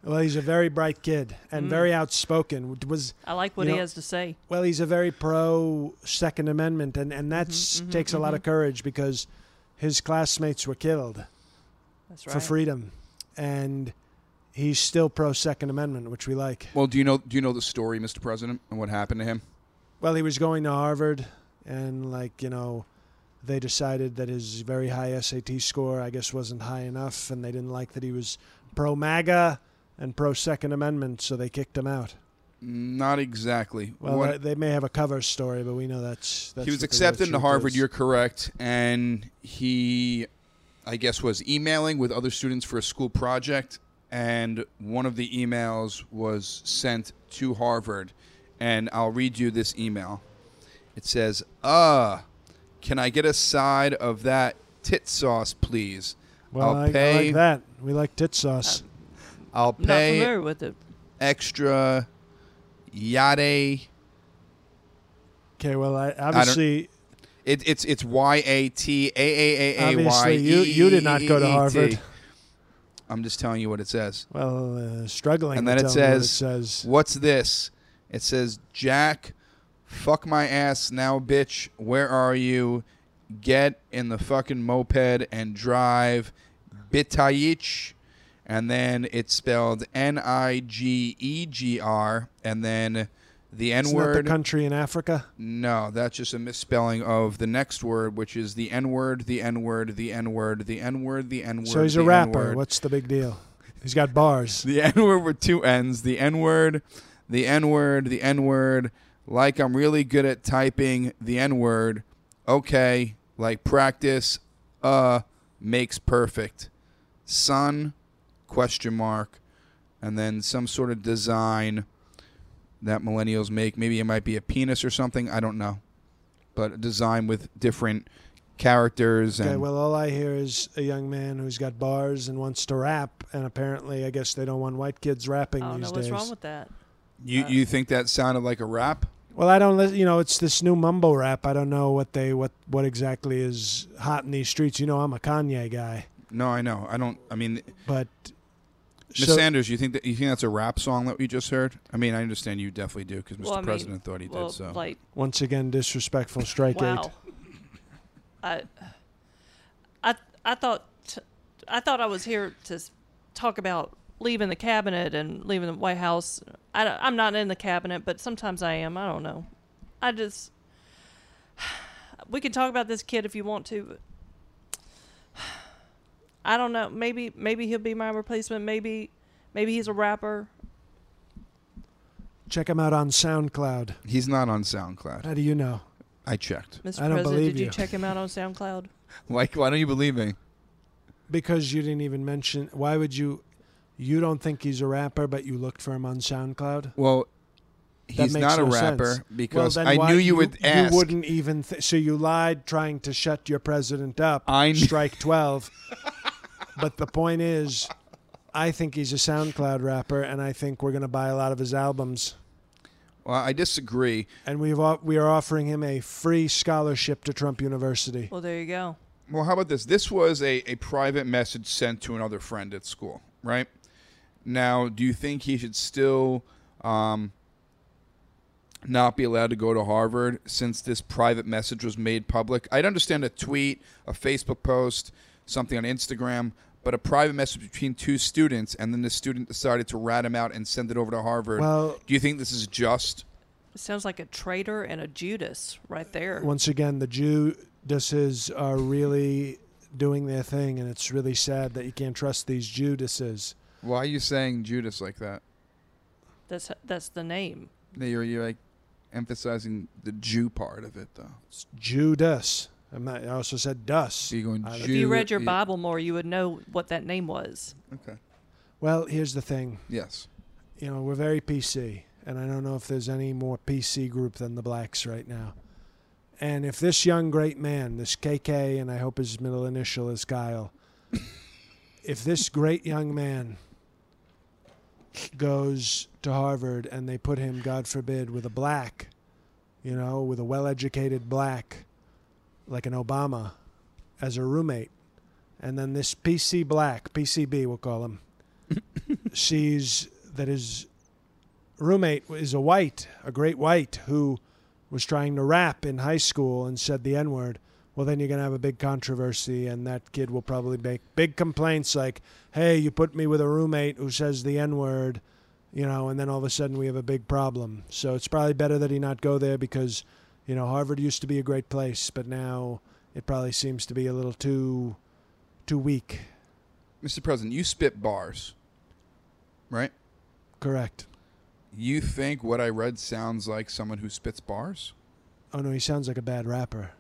B: Well, he's a very bright kid
C: Mm.
B: and very outspoken. Was
C: I like what
B: You
C: he
B: know-
C: has to say.
B: well, he's a very pro Second Amendment, and and
C: Mm-hmm,
B: that takes a lot of courage because his classmates were killed
C: That's right.
B: for freedom, and he's still pro Second Amendment, which we like.
A: Well, do you know do you know the story, Mr. President, and what happened to him?
B: Well, he was going to Harvard, and like you know, they decided that his very high SAT score, I guess, wasn't high enough, and they didn't like that he was pro MAGA and pro Second Amendment, so they kicked him out.
A: Not exactly.
B: Well,
A: What-
B: they, they may have a cover story, but we know that's. that's
A: he was
B: what the
A: accepted
B: real
A: into
B: truth
A: Harvard.
B: is.
A: You're correct, and he, I guess, was emailing with other students for a school project, and one of the emails was sent to Harvard, and I'll read you this email. It says, "Uh, can I get a side of that tit sauce, please?
B: Well,
A: I'll
B: I, I
A: pay.
B: like that. We like tit sauce.
A: Uh, I'll
C: I'm not
A: pay."
C: familiar with it.
A: extra yade.
B: Okay, well, I, obviously,
A: It, it's it's y a t a a a a y.
B: Obviously, you- you did not go to
A: E E E T.
B: Harvard.
A: I'm just telling you what it says.
B: well, uh, struggling.
A: And
B: to
A: then it
B: tell me what
A: says, "What's this?" It says, "Jack, fuck my ass now, bitch. Where are you? Get in the fucking moped and drive, bitayich." And then it's spelled N I G E G R, and then the N
B: It's not the
A: word.
B: country in Africa.
A: No, that's just a misspelling of the next word, which is the N word, the N word, the N word, the N word, the N word.
B: So he's a
A: the
B: rapper.
A: N-word.
B: What's the big deal? He's got
A: [laughs]
B: bars.
A: The N word with two N's, the N word, the N word, the N word. Like I'm really good at typing the N word. Okay, like practice. Uh, makes perfect. Son, question mark, and then some sort of design that millennials make. Maybe it might be a penis or something. I don't know, but a design with different characters
B: Okay,
A: and
B: well, all I hear is a young man who's got bars and wants to rap, and apparently, I guess they don't want white kids
C: I
B: rapping
C: don't know
B: these
C: Oh, what's
B: days.
C: wrong with that.
B: uh,
A: you you think that sounded like a rap?
B: well, I don't. li- You know, it's this new mumbo rap. I don't know what they what what exactly is hot in these streets. You know, I'm a Kanye guy,
A: No, I know. I don't. I mean,
B: but
A: Miss
B: so-
A: Sanders, you think that you think that's a rap song that we just heard? I mean, I understand you definitely do because Mr.
C: Well, I mean,
A: President thought he
C: well,
A: did. So
C: like,
B: once again, disrespectful strike eight.
C: wow. I, I, I thought, t- I thought I was here to s- talk about leaving the cabinet and leaving the White House. I, don't- I'm not in the cabinet, but sometimes I am. I don't know. I just, we can talk about this kid if you want to. But I don't know. Maybe, maybe he'll be my replacement. Maybe, maybe he's a rapper.
B: Check him out on SoundCloud.
A: he's not on SoundCloud.
B: How do you know?
A: I
B: [laughs]
A: checked.
C: Mr.
B: I don't
C: President,
B: believe
C: did you
B: you.
C: check him out on SoundCloud?
A: Like, why don't you believe me?
B: Because you didn't even mention. Why would you? You don't think he's a rapper, but you looked for him on SoundCloud.
A: Well,
B: That
A: he's
B: makes
A: not a
B: no
A: rapper
B: sense.
A: because
B: well, then
A: I
B: why-
A: knew you would ask.
B: You wouldn't even. Th- so you lied, trying to shut your president up.
A: I kn- [laughs]
B: strike twelve. but the point is, I think he's a SoundCloud rapper, and I think we're going to buy a lot of his albums.
A: Well, I disagree.
B: And we've o- we are offering him a free scholarship to Trump University.
C: Well, there you go.
A: Well, how about this? This was a, a private message sent to another friend at school, right? Now, do you think he should still um, not be allowed to go to Harvard since this private message was made public? I'd understand a tweet, a Facebook post, something on Instagram, but a private message between two students, and then the student decided to rat him out and send it over to Harvard.
B: Well-
A: do you think this is just?
C: Sounds like a traitor and a Judas right there.
B: Once again, the Judases are really doing their thing, and it's really sad that you can't trust these Judases.
A: Why are you saying Judas like that?
C: That's that's the name.
A: That You're, you're like emphasizing the Jew part of it, though.
B: It's Judas. I'm not, I also said dust.
A: So you're going
B: I-
A: Jew.
C: Uh, If you read your
A: yeah,
C: Bible more, you would know what that name was.
A: Okay.
B: Well, here's the thing.
A: Yes.
B: you know, we're very PC, and I don't know if there's any more PC group than the blacks right now. And if this young great man, this KK, and I hope his middle initial is Kyle, [coughs] if this great young man goes to Harvard and they put him, God forbid, with a black, you know, with a well educated black, like an Obama, as a roommate, and then this PC black, PCB we'll call him, sees that his roommate is a white, a great white, who was trying to rap in high school and said the N word, well, then you're going to have a big controversy, and that kid will probably make big complaints like, hey, you put me with a roommate who says the N word, you know, and then all of a sudden we have a big problem. So it's probably better that he not go there because, you know, Harvard used to be a great place, but now it probably seems to be a little too, too weak.
A: Mr. President, you spit bars, right?
B: Correct.
A: You think what I read sounds like someone who spits bars?
B: Oh no, he sounds like a bad rapper.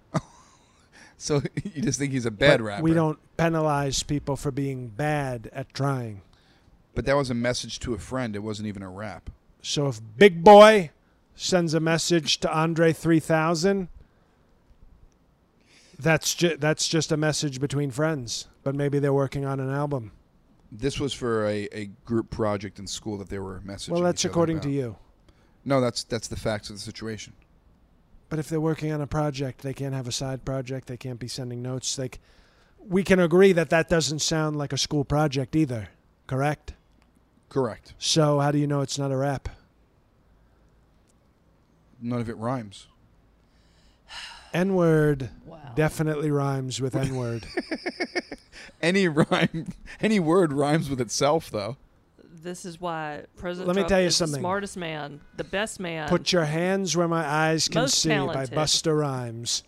A: So [laughs] you just think he's a bad
B: But
A: rapper?
B: We don't penalize people for being bad at trying.
A: But that was a message to a friend. It wasn't even a rap.
B: So if Big Boy sends a message to Andre 3000, that's ju- that's just a message between friends, but maybe they're working on an album.
A: This was for a, a group project in school that they were messaging.
B: well, that's
A: each other
B: according to
A: about.
B: you.
A: No, that's that's the facts of the situation.
B: But if they're working on a project, they can't have a side project, they can't be sending notes. Like we can agree that that doesn't sound like a school project either, correct?
A: Correct.
B: So how do you know it's not a rap?
A: None of it rhymes.
B: N word
C: Wow.
B: definitely rhymes with N word.
A: Any [laughs] rhyme, any word rhymes with itself, though.
C: This is why President
B: Let me
C: Trump
B: tell you
C: is
B: something.
C: the smartest man, the best man.
B: Put your hands where my eyes can
C: Um, Most
B: see
C: talented.
B: by Buster Rhymes.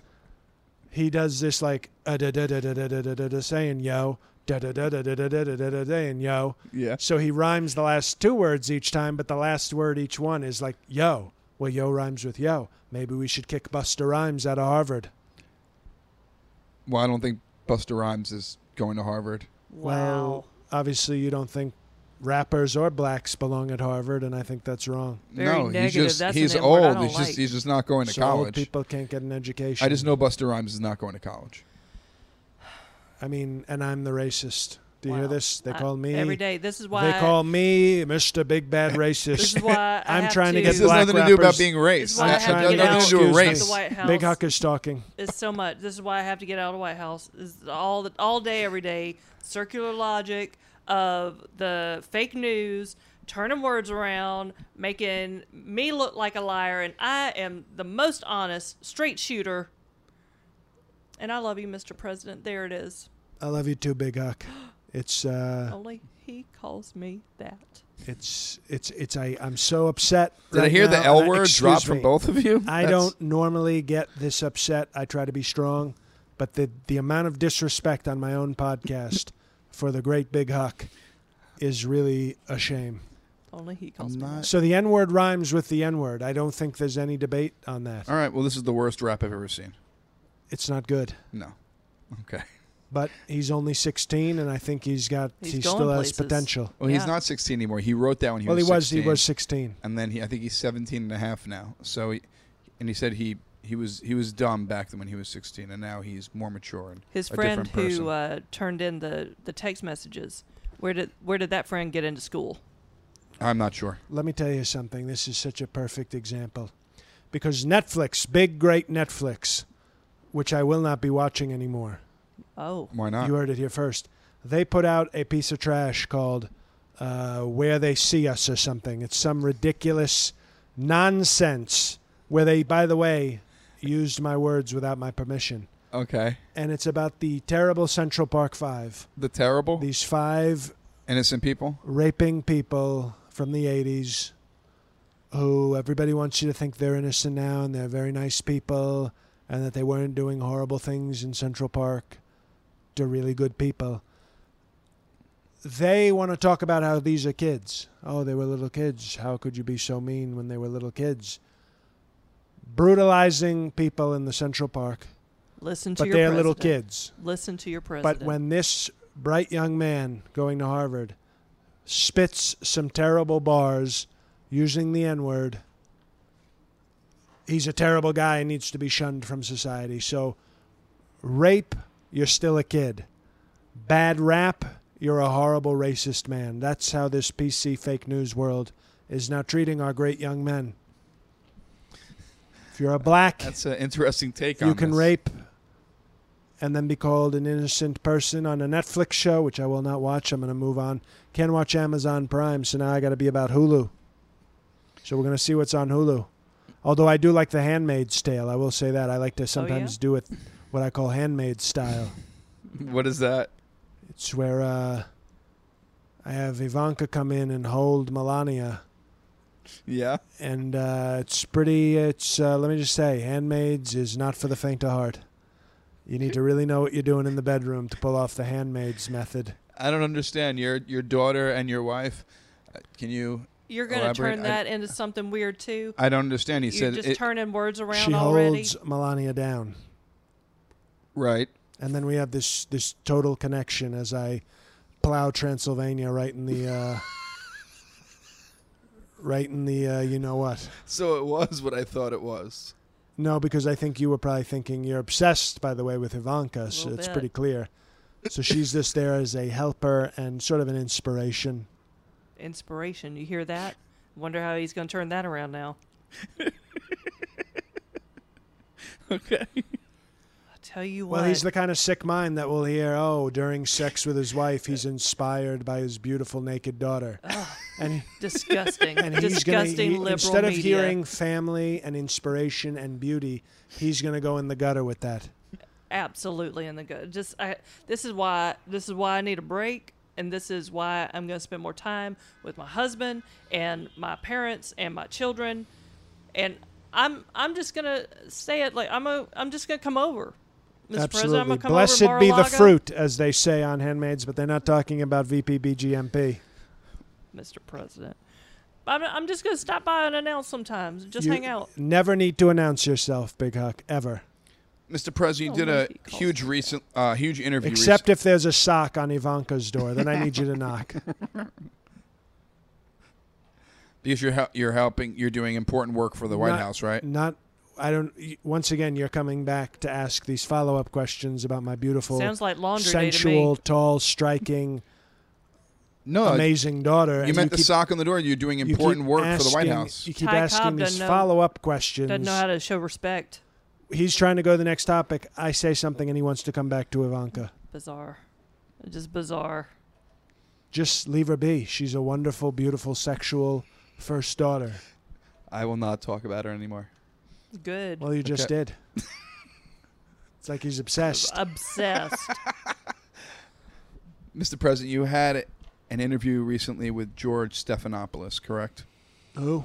B: He does this like uh, da da da da da da da da da saying yo da da da da da da da da da da saying yo.
A: Yeah.
B: So he rhymes the last two words each time, but the last word each one is like yo. Well, yo rhymes with yo. Maybe we should kick Buster Rhymes out of Harvard.
A: Well, I don't think Buster Rhymes is going to Harvard.
C: wow.
B: obviously you don't think rappers or blacks belong at Harvard, and I think that's wrong.
C: Very
A: no, he's
C: negative.
A: just
C: That's
A: he's
C: an N word I
A: old.
C: don't
A: He's
C: like.
A: just he's just not going to
B: so old
A: college.
B: people can't get an education.
A: I just know Buster Rhymes is not going to college.
B: I mean, and I'm the racist. Do you hear
C: Wow.
B: this? They
C: I-
B: call me
C: every day. This is why
B: They call me Mr. Big Bad Racist.
C: [laughs] This is why
B: [laughs]
C: I
B: I'm
C: have
B: trying to
C: to-
B: get
A: This has
B: black
A: nothing to do about
B: rappers-
A: being
C: This
A: race.
C: is why I
A: It
C: have
A: has
C: to get
A: nothing
C: out.
A: to do with
C: Excuse me.
A: race.
C: The White House.
B: Big Huck is talking.
C: It's so much. This is why I have to get out of the White House. This is all the, all day, every day. Circular logic of the fake news, turning words around, making me look like a liar, and I am the most honest straight shooter. And I love you, Mr. President. There it is.
B: I love you too, Big Huck.
C: [gasps]
B: It's uh,
C: Only he calls me that.
B: it's it's it's I. I'm so upset.
A: Did I
B: right
A: hear the
B: now,
A: L
B: and I-
A: word
B: excuse
A: drop from
B: me.
A: both of you?
B: I
A: That's-
B: don't normally get this upset. I try to be strong, but the the amount of disrespect on my own podcast [laughs] for the great Big Huck is really a shame.
C: Only he calls
A: I'm
C: me
A: not-
C: that.
B: So the N word rhymes with the N word. I don't think there's any debate on that.
A: All right. Well, this is the worst rap I've ever seen.
B: It's not good.
A: No. Okay.
B: but he's only 16 and i think he's got
C: He's
B: he
C: going
B: still has
C: places.
B: potential
A: Well, he's
C: Yeah.
A: not 16 anymore. He wrote that when he
B: well he
A: was
B: was
A: 16.
B: he was 16
A: And then he, I think he's 17 and a half now. So, he, and he said he he was he was dumb back then when he was 16, and now he's more mature and
C: His
A: a
C: friend
A: different person.
C: who uh, turned in the, the text messages. Where did where did that friend get into school?
A: I'm not sure.
B: let me tell you something this is such a perfect example because netflix big great netflix which i will not be watching anymore
C: Oh,
A: Why not?
B: you heard it here first they put out a piece of trash called uh, where they see us or something it's some ridiculous nonsense where they by the way used my words without my permission
A: okay.
B: and it's about the terrible central park five
A: The terrible
B: these five
A: innocent people.
B: raping people from the 80s who everybody wants you to think they're innocent now and they're very nice people and that they weren't doing horrible things in Central Park. They're really good people. They want to talk about how these are kids. Oh, they were little kids. How could you be so mean when they were little kids? Brutalizing people in the Central Park,
C: listen to
B: but
C: your
B: they're little
C: president.
B: kids.
C: Listen to your president.
B: But when this bright young man going to Harvard spits some terrible bars using the N word, he's a terrible guy and needs to be shunned from society. So, rape, you're still a kid. Bad rap, you're a horrible racist man. That's how this PC fake news world is now treating our great young men. If you're a black,
A: That's an interesting take on
B: you can
A: this.
B: rape and then be called an innocent person on a Netflix show, which I will not watch. I'm going to move on. Can't watch Amazon Prime, so now I got to be about Hulu. So we're going to see what's on Hulu. Although I do like The Handmaid's Tale, I will say that I like to sometimes do it what I call handmaid style.
A: What is that?
B: It's where uh, I have Ivanka come in and hold Melania
A: Yeah.
B: and uh, it's pretty. It's uh, let me just say, Handmaids is not for the faint of heart. You need to really know what you're doing in the bedroom to pull off the Handmaids method.
A: I don't understand. Your your daughter and your wife. uh, Can you?
C: You're going to
A: Elaborate.
C: turn
A: I-
C: that into something weird too.
A: I don't understand. He
C: You're
A: said
C: just
A: it,
C: turning words around
B: she
C: already.
B: holds Melania down,
A: right.
B: and then we have this this total connection as I plow Transylvania right in the
C: [laughs]
B: uh, right in the uh, you know what.
A: So it was what I thought it was.
B: No, because I think you were probably thinking you're obsessed, by the way, with Ivanka. So
C: little
B: it's
C: bit.
B: pretty clear. So she's just there as a helper and sort of an inspiration.
C: Inspiration. You hear that? Wonder how he's going to turn that around
B: [laughs]
C: now.
A: Okay.
C: I tell you what.
B: Well, he's the kind of sick mind that will hear, oh, during sex with his wife, he's inspired by his beautiful naked daughter. And, [laughs]
C: disgusting,
B: and he's going
C: disgusting
B: to,
C: liberal
B: instead of
C: media.
B: hearing family and inspiration and beauty, he's going to go in the gutter with that.
C: absolutely in the good. Just I, this is why this is why I need a break, and this is why I'm going to spend more time with my husband and my parents and my children, and I'm I'm just going to say it like I'm a I'm just going to come over, Mr. President. I'm
B: Absolutely.
C: going to come
B: Blessed
C: over
B: be the
C: Mar-a-Lago.
B: fruit, as they say on Handmaids, but they're not talking about VPBGMP.
C: Mr. President. I'm, I'm just gonna stop by and announce sometimes. and Just
B: You
C: hang out.
B: Never need to announce yourself, Big Huck, ever.
A: Mr. President, you
C: Oh,
A: did
C: what
A: a
C: if he calls
A: huge recent, uh, huge interview.
B: Except if there's a sock on Ivanka's door, then I need you to knock.
A: recent- because you're hel- you're helping, you're doing important work for the White
B: Not-
A: House, right?
B: Not, I don't. y- Once again, you're coming back to ask these follow-up questions about my beautiful,
C: Sounds like laundry
B: sensual,
C: day
B: tall, striking,
A: No,
B: amazing daughter.
A: you
B: and
A: meant the
B: keep-
A: sock on the door. You're doing
B: you keep
A: important work for the White
B: asking-
A: House.
B: You keep
C: Ty
B: asking
C: Cobb
B: these
C: doesn't know-
B: follow-up
C: to
B: questions.
C: me. Doesn't know how to show respect.
B: He's trying to go to the next topic. I say something, and he wants to come back to Ivanka.
C: Bizarre, just bizarre.
B: Just leave her be. She's a wonderful, beautiful, sexual first daughter.
A: I will not talk about her anymore.
C: Good.
B: Well, you just
A: Okay.
B: did. [laughs] it's like he's obsessed.
C: [laughs] Obsessed.
A: Mr. President, you had an interview recently with George Stephanopoulos, correct?
B: Who?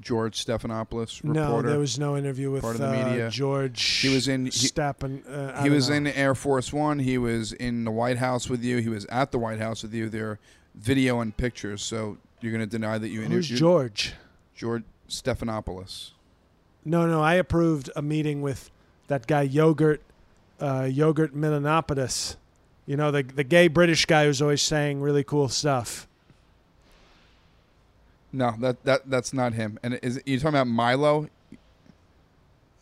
A: George Stephanopoulos,
B: No,
A: reporter.
B: there was no interview with
A: part of the
B: uh,
A: media.
B: George.
A: He was in- he-
B: Stappen. Uh, I
A: he
B: don't
A: was
B: know.
A: in Air Force One. He was in the White House with you. He was at the White House with you. There are video and pictures. So you're going to deny that you
B: Who's
A: interviewed
B: George?
A: George Stephanopoulos?
B: No, no. I approved a meeting with that guy Yogurt, uh, Yogurt Milanopoulos. You know the the gay British guy who's always saying really cool stuff.
A: No, that that that's not him. And is you talking about Milo?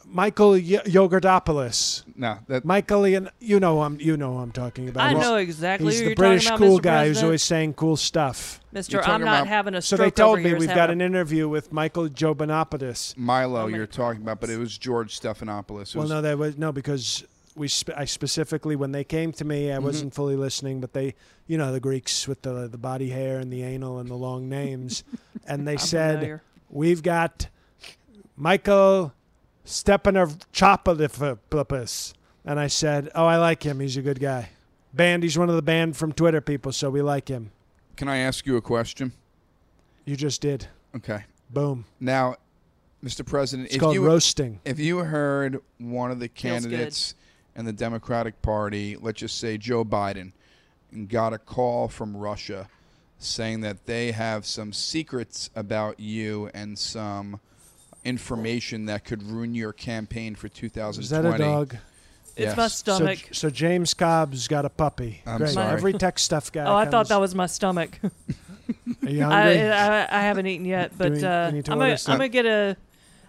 B: Michael y- Yogurtopoulos.
A: No, that
B: Michael, Ian- you know I'm you know who I'm talking about.
C: I
B: He's-
C: know exactly
B: He's
C: who
B: the
C: you're
B: British
C: talking about,
B: cool
C: Mr.
B: guy who's
C: President.
B: always saying cool stuff.
A: You're
C: Mister,
A: talking
C: I'm not
A: about-
C: having a
B: So
C: stroke
B: they told
C: over
B: me
C: here is
B: we've
C: how-
B: got an interview with Michael Jobinopoulos.
A: Milo
C: Oh my
A: you're talking about, but it was George Stephanopoulos. It
B: Well,
A: was-
B: no, that was no because we. Sp- I specifically when they came to me, I wasn't fully listening, but they, you know, the Greeks with the the body hair and the anal and the long names, and they
C: I'm
B: said
C: familiar.
B: we've got Michael Stepanopoulos, and I said, oh, I like him. He's a good guy. Band. He's one of the band from Twitter people, so we like him.
A: Can I ask you a question?
B: You just did.
A: Okay.
B: Boom.
A: Now, Mr. President,
B: It's
A: if
B: called
A: you
B: roasting.
A: if you heard one of the
C: Feels good.
A: candidates in the Democratic Party, let's just say Joe Biden, and got a call from Russia saying that they have some secrets about you and some information that could ruin your campaign for 2020.
B: Is that a dog?
C: It's my
A: Yes.
B: So-
C: stomach.
B: So, James Cobb's got a puppy.
A: I'm
B: Great.
A: sorry.
B: Every tech stuff guy.
C: oh, I
B: comes-
C: thought that was my stomach. [laughs]
B: Are you
C: I,
B: hungry?
C: I I haven't eaten yet, but
B: we-
C: uh,
B: we
C: I'm
B: need to
C: gonna,
B: order
C: I'm gonna get a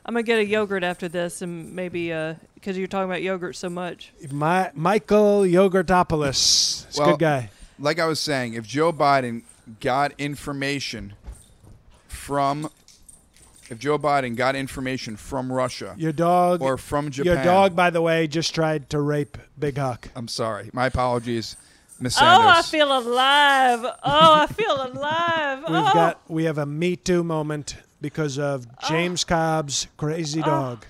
C: I'm gonna get a yogurt after this, and maybe because you're talking about yogurt so much.
B: My Michael Yogurtopoulos. He's a
A: Well,
B: good guy.
A: Like I was saying, if Joe Biden got information from, if Joe Biden got information from Russia,
B: Your dog
A: or from
B: Your
A: Japan.
B: dog, by the way, just tried to rape Big Hawk.
A: I'm sorry, my apologies, Miss
C: Oh, I
A: Sanders.
C: feel alive. Oh, I feel alive.
B: [laughs] We've
C: oh,
B: got we have a Me Too moment because of James Cobb's
C: Oh.
B: crazy dog.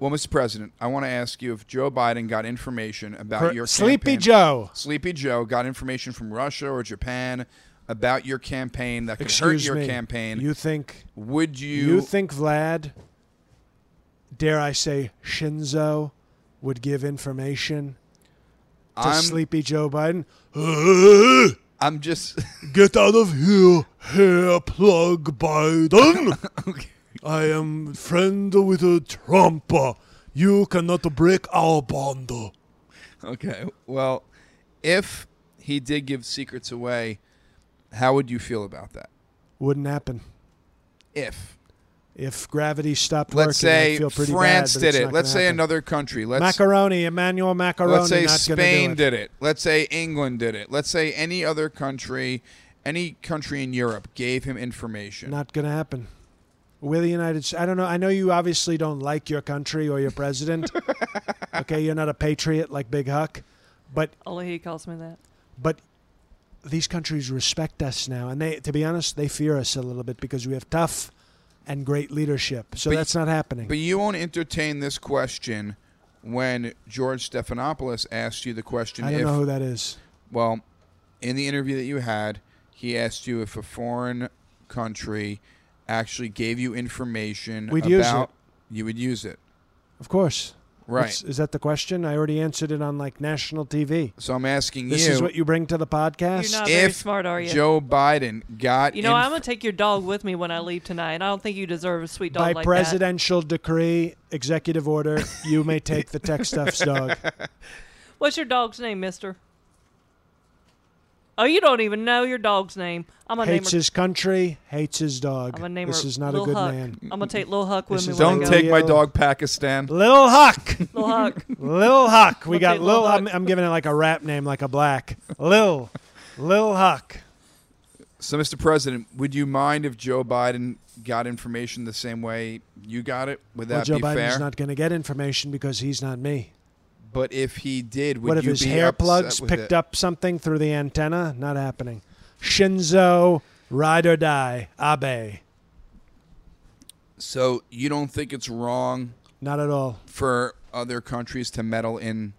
A: well, Mr. President, I want to ask you if Joe Biden got information about
B: Her-
A: Uh, your
B: Sleepy
A: campaign-
B: Joe.
A: Sleepy Joe got information from Russia or Japan about your campaign that could hurt
B: Excuse
A: your
B: me.
A: campaign.
B: You think
A: Would
B: you,
A: you?
B: think Vlad, dare I say Shinzo, would give information to
A: I'm,
B: Sleepy Joe Biden? [laughs]
A: I'm just. [laughs]
B: Get out of here, hair plug Biden. I am friend with a Trump. You cannot break our bond.
A: Okay. Well, if he did give secrets away, how would you feel about that?
B: Wouldn't happen.
A: If
B: If gravity stopped
A: let's
B: working, I'd
A: say
B: feel pretty
A: France
B: bad, but
A: did
B: it's
A: it,
B: not
A: let's
B: gonna
A: say
B: happen.
A: another country, let's
B: macaroni, Emmanuel macaroni.
A: let's say
B: not gonna
A: Spain
B: do it.
A: did it, let's say England did it, let's say any other country, any country in Europe gave him information.
B: Not gonna happen. We're the United. S- I don't know. I know you obviously don't like your country or
A: [laughs]
B: your president. okay, you're not a patriot like Big Huck, but
C: only he calls me that.
B: but these countries respect us now, and they, to be honest, they fear us a little bit because we have tough and great leadership. So
A: But-
B: that's not happening.
A: But you won't entertain this question when George Stephanopoulos asked you the question
B: I don't
A: if
B: know who that is.
A: Well, in the interview that you had, he asked you if a foreign country actually gave you information
B: We'd use
A: about you would use it.
B: Of course.
A: Right.
B: What's- is that the question? I already answered it on like national TV.
A: So I'm asking
B: This
A: you
B: is what you bring to the podcast.
C: You're not very
A: if
C: smart, are you?
A: Joe Biden got
C: you know, I'm
A: inf-
C: gonna take your dog with me when I leave tonight. I don't think you deserve a sweet dog
B: By
C: like
B: presidential decree, executive order, you may take the
A: [laughs]
B: tech stuff's dog.
C: that. What's your dog's name, Mister? Oh, you don't even know your dog's name. I'm gonna
B: Hates
C: name her.
B: his country, hates his dog.
C: I'm gonna name
B: this
C: her
B: is not a
C: Lil
B: good
C: Huck.
B: man.
C: I'm gonna take Lil Huck with
B: This
C: me.
B: is
C: when I
A: don't
B: Lil
C: go.
A: take my
B: Yo.
A: dog Pakistan.
B: Little Huck,
C: Lil Huck.
B: Lil Huck. We
C: Okay,
B: got
C: Lil
B: Lil. I'm,
C: Huck.
B: I'm giving it like a rap name, like a black Lil, Lil Huck.
A: So Mr. President, would you mind if Joe Biden got information the same way you got it? Would
B: Well,
A: that
B: Joe
A: be
B: Biden's
A: fair?
B: not going to get information because he's not me.
A: but if he did, would
B: what if
A: you
B: his
A: be
B: hair
A: upset
B: plugs
A: with
B: picked
A: it?
B: up something through the antenna? Not happening. Shinzo, ride or die, Abe.
A: So you don't think it's wrong
B: Not at all.
A: for other countries to meddle in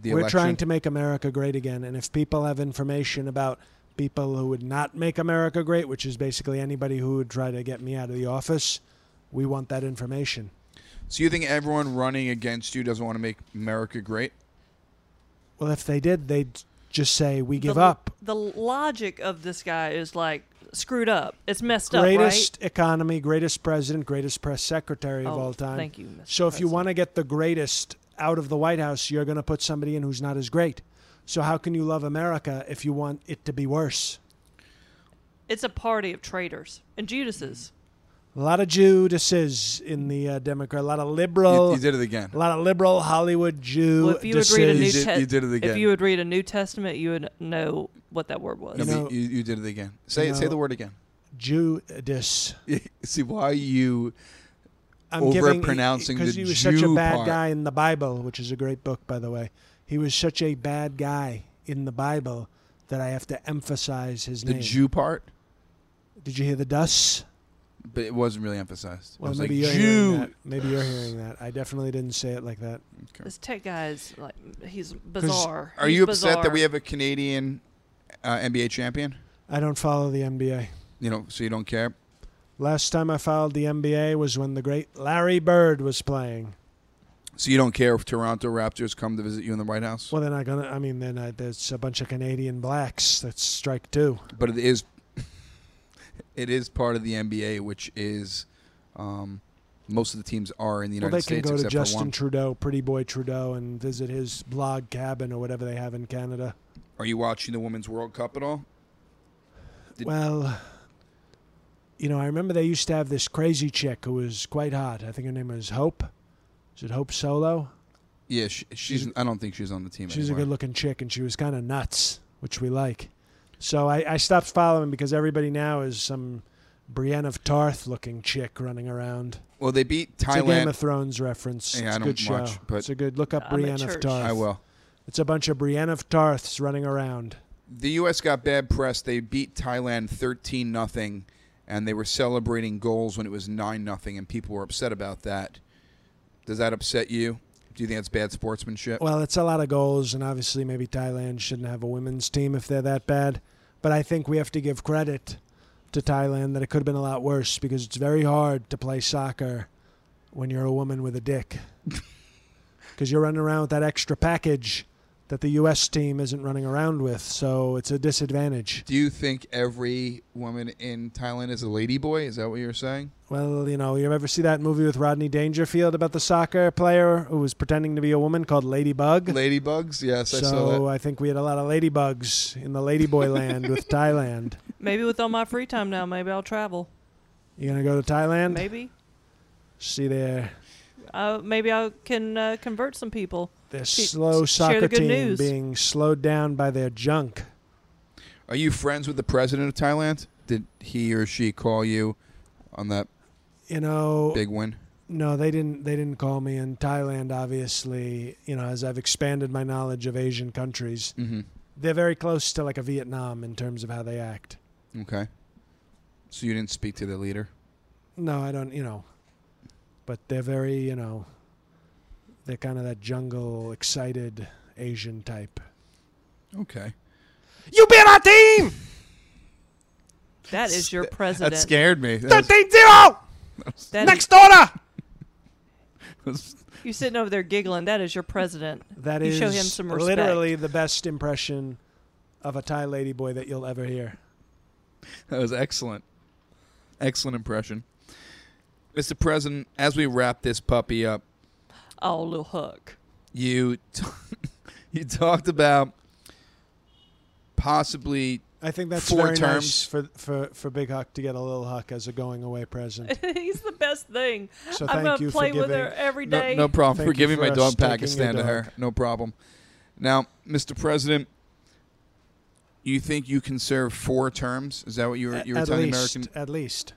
A: the
B: We're
A: election?
B: trying to make America great again. And if people have information about people who would not make America great, which is basically anybody who would try to get me out of the office, we want that information.
A: So you think everyone running against you doesn't want to make America great?
B: Well, if they did, they'd just say, We [laughs] give
C: the,
B: up.
C: The logic of this guy is like screwed up. It's messed
B: Greatest economy, greatest president, greatest press secretary of
C: Oh,
B: all time.
C: thank you, Mr.
B: So if you
C: President.
B: want to get the greatest out of the White House, you're going to put somebody in who's not as great. So how can you love America if you want it to be worse?
C: up, right? It's a party of traitors and Judases.
B: A lot of Judases in the uh, Democrat, a lot of
A: You,
B: liberal.
A: you did it again.
B: A lot of liberal Hollywood Jew.
C: Well, if you would read a New
B: decisions.
A: You did-
C: Te-
A: you did it
C: If
A: again.
C: you would read a New Testament, you would know what that word was.
A: No,
B: You
A: but
B: know-
A: you, you did it again. Say
B: you
A: say the
B: know-
A: word again. [laughs]
B: Judas.
A: See why you
B: I'm
A: Overpronouncing
B: because
A: the
B: he was such a
A: Jew
B: bad
A: part.
B: guy in the Bible, which is a great book, by the way. He was such a bad guy in the Bible that I have to emphasize his
A: the
B: name.
A: Jew part,
B: Did you hear the dust?
A: but it wasn't really emphasized.
B: Well,
A: it was
B: maybe
A: like
B: you're hearing
A: Jew.
B: that. Maybe you're hearing that. I definitely didn't say it like that.
C: This tech guy is like he's bizarre.
A: Are
C: He's
A: you upset that
C: bizarre.
A: we have a Canadian uh, NBA champion?
B: I don't follow the NBA.
A: You know, so you don't care.
B: Last time I followed the NBA was when the great Larry Bird was playing.
A: So you don't care if Toronto Raptors come to visit you in the White House.
B: Well, they're not gonna. I mean, then there's a bunch of Canadian blacks. That's strike two.
A: but it is [laughs] it is part of the NBA, which is um, most of the teams are in the
B: Well,
A: United
B: they can
A: States
B: go to
A: except for
B: Justin
A: one.
B: Trudeau, Pretty Boy Trudeau, and visit his blog cabin or whatever they have in Canada.
A: Are you watching the Women's World Cup at all? Did-
B: well, you know, I remember they used to have this crazy chick who was quite hot. I think her name was Hope. Is it Hope Solo?
A: Yeah, she, she's. I don't think she's on the team.
B: She's a
A: anymore.
B: good looking chick and she was kind of nuts, which we like. So I, I stopped following because everybody now is some Brienne of Tarth looking chick running around.
A: Well, they beat
B: It's a Game
A: Thailand.
B: of Thrones reference.
A: Yeah,
B: it's
A: I
B: a
A: don't
B: good show.
A: watch, but-
B: it's a good look up
C: I'm at
B: Brienne of
C: church.
B: Tarth.
A: I will.
B: It's a bunch of Brienne of Tarths running around.
A: The U.S. got bad press. They beat Thailand thirteen nothing, and they were celebrating goals when it was nine nothing, and people were upset about that. Does that upset you? Do you think that's bad sportsmanship?
B: Well, it's a lot of goals, and obviously, maybe Thailand shouldn't have a women's team if they're that bad. But I think we have to give credit to Thailand that it could have been a lot worse because it's very hard to play soccer when you're a woman with a dick. Because you're running around with that extra package that the U.S. team isn't running around with, so it's a disadvantage.
A: Do you think every woman in Thailand is a ladyboy? Is that what you're saying?
B: Well, you know, you ever see that movie with Rodney Dangerfield about the soccer player who was pretending to be a woman called Ladybug?
A: Ladybugs? Yes, I saw that.
B: So uh, I think we had a lot of ladybugs in the ladyboy land
A: [laughs]
B: with Thailand.
C: Maybe with all my free time now, maybe I'll travel.
B: You gonna go to Thailand?
C: Maybe.
B: See their
C: Uh, maybe I can uh, convert some people.
B: their
C: Sh-
B: slow
C: share the
B: soccer
C: good
B: team
C: news.
B: being slowed down by their junk.
A: Are you friends with the president of Thailand? Did he or she call you on that
B: You know,
A: big win?
B: no, they didn't. They didn't call me in Thailand. Obviously, you know, as I've expanded my knowledge of Asian countries,
A: Mm-hmm.
B: they're very close to like a Vietnam in terms of how they act.
A: Okay. So you didn't speak to the leader?
B: No, I don't. You know, but they're very, you know, they're kind of that jungle, excited Asian type.
A: Okay.
B: You beat our team.
C: That is your
A: That
C: president.
A: scared me. That
B: Thirteen zero.
C: That-
A: [laughs]
B: order.
A: was-
C: you sitting over there giggling. That is your president.
B: That
C: You
B: is
C: show him some respect.
B: literally the best impression of a Thai ladyboy that you'll ever hear.
A: that was excellent. Excellent impression. Mr. President, as we wrap this puppy up,
C: Oh, little hook. [laughs]
A: you t- [laughs] you talked about possibly
B: I think that's
A: Four
B: very
A: terms.
B: nice for, for for Big Huck to get a little Huck as a going away
C: [laughs]
B: present.
C: He's the best thing.
B: So
C: I'm
B: thank
C: gonna
B: you for
C: play with her
B: giving-
C: every
A: No,
C: day.
A: no problem.
B: Thank
A: We're
B: you
A: giving
B: for
A: my
B: us
A: dog
B: taking
A: Pakistan to
B: your
A: her.
B: dog.
A: No problem. Now, Mr. President, you think you can serve four terms? Is that what you were you were
B: at
A: telling
B: least,
A: the American?
B: at least.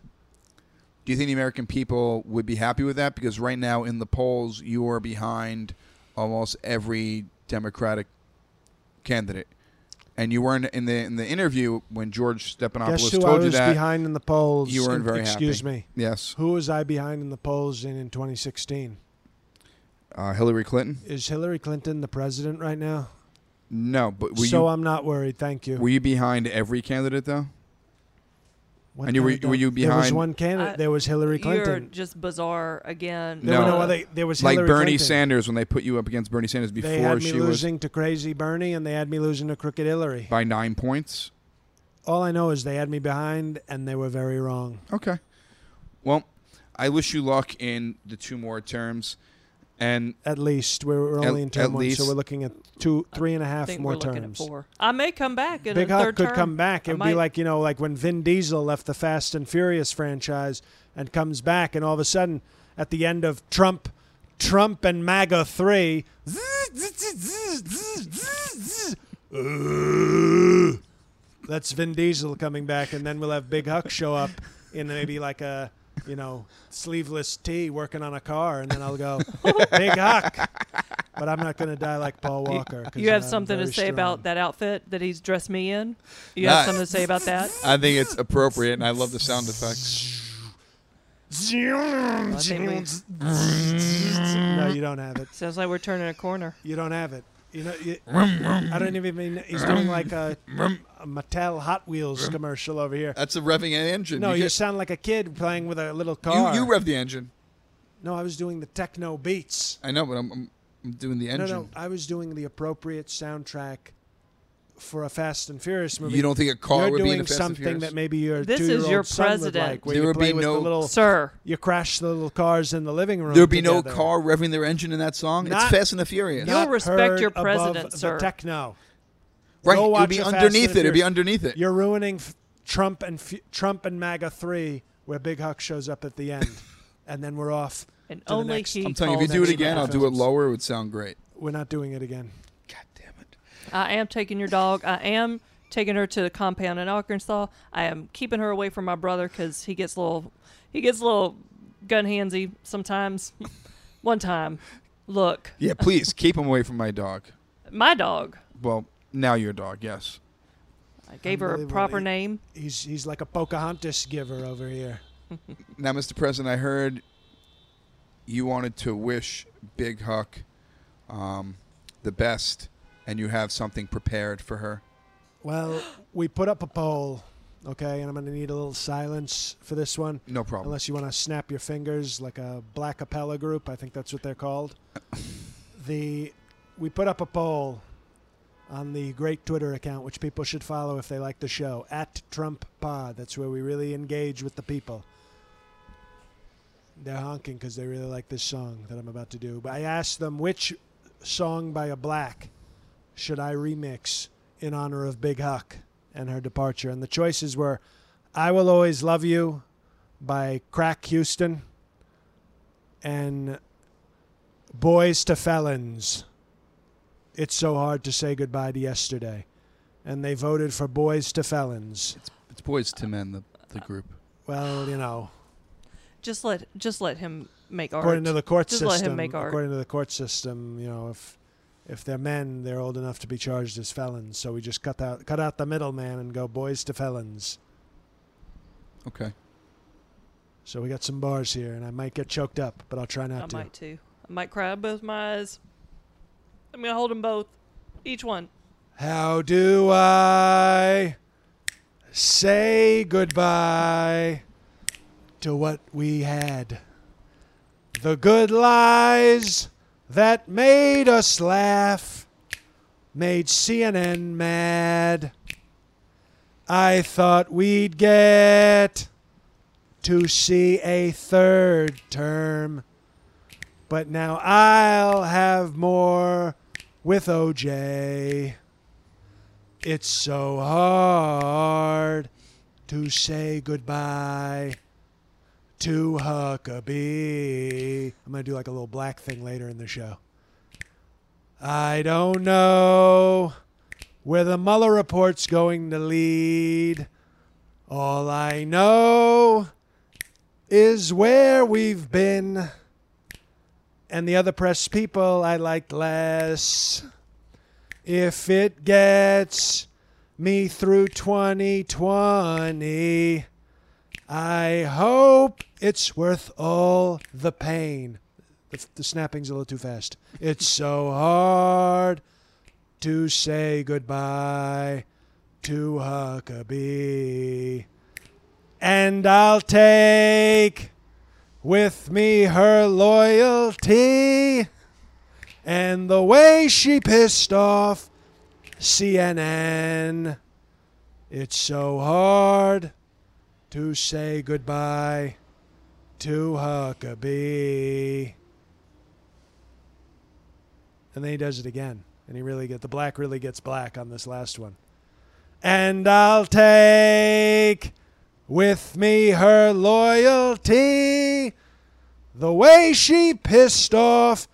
A: Do you think the American people would be happy with that? Because right now in the polls, you are behind almost every Democratic candidate, and you weren't in the in the interview when George Stephanopoulos
B: Guess who I
A: told you
B: was
A: that.
B: behind in the polls?
A: You weren't
B: in-
A: very
B: Excuse
A: happy.
B: me.
A: Yes,
B: Who was I behind in the polls in in 2016?
A: uh, Hillary Clinton.
B: Is Hillary Clinton the president right now?
A: No, but were
B: so
A: you
B: I'm not worried. Thank you.
A: were you behind every candidate though?
B: What
A: and you were-
B: candidate?
A: were you
B: There was
A: behind-
B: one candidate.
C: I-
B: there was Hillary
C: Uh, You're
B: Clinton.
C: just bizarre again.
B: There, were
A: No.
B: no other, there was
A: like
B: Hillary
A: Bernie
B: Clinton.
A: Sanders when they put you up against Bernie Sanders before
B: They had me
A: she
B: losing to Crazy Bernie, and they had me losing to Crooked Hillary.
A: was by nine points.
B: All I know is they had me behind, and they were very wrong.
A: Okay. Well, I wish you luck in the two more terms, and
B: At least we're, we're
A: At-
B: only in
A: at
B: term one,
A: least-
B: so we're looking at two, three and a
C: I
B: half
C: think
B: more
C: we're looking
B: terms.
C: at four. I may come back in
B: Big
C: a
B: Huck
C: third
B: could
C: term.
B: come back.
C: I
B: It would be
C: might-
B: like you know, like when Vin Diesel left the Fast and Furious franchise and comes back, and all of a sudden, at the end of Trump, Trump and MAGA three, that's Vin Diesel coming back, and then we'll have Big Huck show up in maybe like a you know sleeveless tee working on a car, and then I'll
C: [laughs]
B: go Big Huck. But I'm not going to die like Paul Walker. 'cause
C: You have
B: I'm
C: something to
B: very
C: say
B: strong.
C: about that outfit that he's dressed me in? You
A: Nah.
C: have something to say about
B: [laughs]
C: that?
A: I think it's appropriate. And I love the sound effects.
C: I think we-
B: No, you don't have it.
C: sounds like we're turning a corner.
B: You don't have it. You know, you, I don't even mean he's doing like a, a Mattel Hot Wheels commercial over here.
A: That's a revving an engine.
B: No,
A: Uh, you,
B: you
A: get-
B: sound like a kid playing with a little
A: you
B: car.
A: you rev the engine.
B: no, I was doing the techno beats.
A: I know, but I'm, I'm, I'm doing the
B: No,
A: engine.
B: no, I was doing the appropriate soundtrack for a Fast and Furious movie.
A: You don't think a car
B: You're
A: would be
B: doing
A: in a Fast and
B: something
A: Furious?
B: that maybe your
C: This is
B: two-year-old
C: your
B: son would
C: president.
B: like, where
A: There
B: you
A: would be
B: play with
A: no-
B: the little
C: Sir,
B: You crash the little cars in the living room.
A: There'd be no
B: together.
A: car revving their engine in that song. it's
B: Not-
A: Fast and the Furious.
C: You'll
B: Not
C: respect
B: heard
C: your
B: above
C: president,
B: the
C: sir.
B: Techno.
A: right,
B: Go
A: it
B: watch
A: would be
B: a Fast
A: underneath
B: and
A: it. It'd be
B: Furious.
A: underneath it.
B: You're ruining f- Trump and f- Trump and MAGA three where Big Huck shows up at the
C: [laughs]
B: end, and then we're off.
C: And
B: to the
C: only
B: next-
C: he
B: I'm
A: I'm telling you, if
C: called
A: you do it
C: us
B: next
A: again,
B: round.
A: I'll do it lower. It would sound great.
B: We're not doing it again.
A: God damn it.
C: I am taking your dog. I am taking her to the compound in Arkansas. I am keeping her away from my brother because he gets a little, he gets a little gun handsy sometimes. [laughs] One time, look,
A: Yeah, please keep him away from my dog.
C: my dog.
A: Well, now your dog, yes.
C: I gave her a
B: Unbelievable.
C: proper
B: He-
C: name.
B: He's he's like a Pocahontas giver over here.
A: Now, Mr. President, I heard you wanted to wish Big Huck um, the best, and you have something prepared for her.
B: Well, we put up a poll, okay, and I'm going to need a little silence for this one.
A: No problem.
B: Unless you want to snap your fingers like a black capella group, I think that's what they're called. the we put up a poll on the great Twitter account, which people should follow if they like the show at Trump Pod. That's where we really engage with the people. They're honking because they really like this song that I'm about to do. But I asked them which song by a black should I remix in honor of Big Huck and her departure, and the choices were "I Will Always Love You" by Crack Houston and Boys to Felons. It's so hard to say goodbye to yesterday. And they voted for Boys to Felons.
A: It's Boys to Men, the, the group.
B: Well, you know,
C: Just let, just let him make art.
B: according to the court
C: Just let him
B: system,
C: make art.
B: according to the court system, you know, if if they're men, they're old enough to be charged as felons. So we just cut out cut out the middleman and go boys to felons.
A: Okay.
B: So we got some bars here, and I might get choked up, but I'll try not
C: I
B: to.
C: might too. I might cry out both my eyes. I'm gonna hold them both, each one.
B: How do I say goodbye to what we had? The good lies that made us laugh made CNN mad. I thought we'd get to see a third term, but now I'll have more with OJ. It's so hard to say goodbye to Huckabee. I'm going to do like a little black thing later in the show. I don't know where the Mueller report's going to lead. All I know is where we've been. And the other press people I liked less. If it gets me through 2020, I hope it's worth all the pain. The, the snapping's a little too fast. It's so hard to say goodbye to Huckabee. And I'll take with me her loyalty and the way she pissed off CNN. It's so hard to say goodbye to Huckabee. And then he does it again. And he really get the black really gets black on this last one. And I'll take with me her loyalty the way she pissed off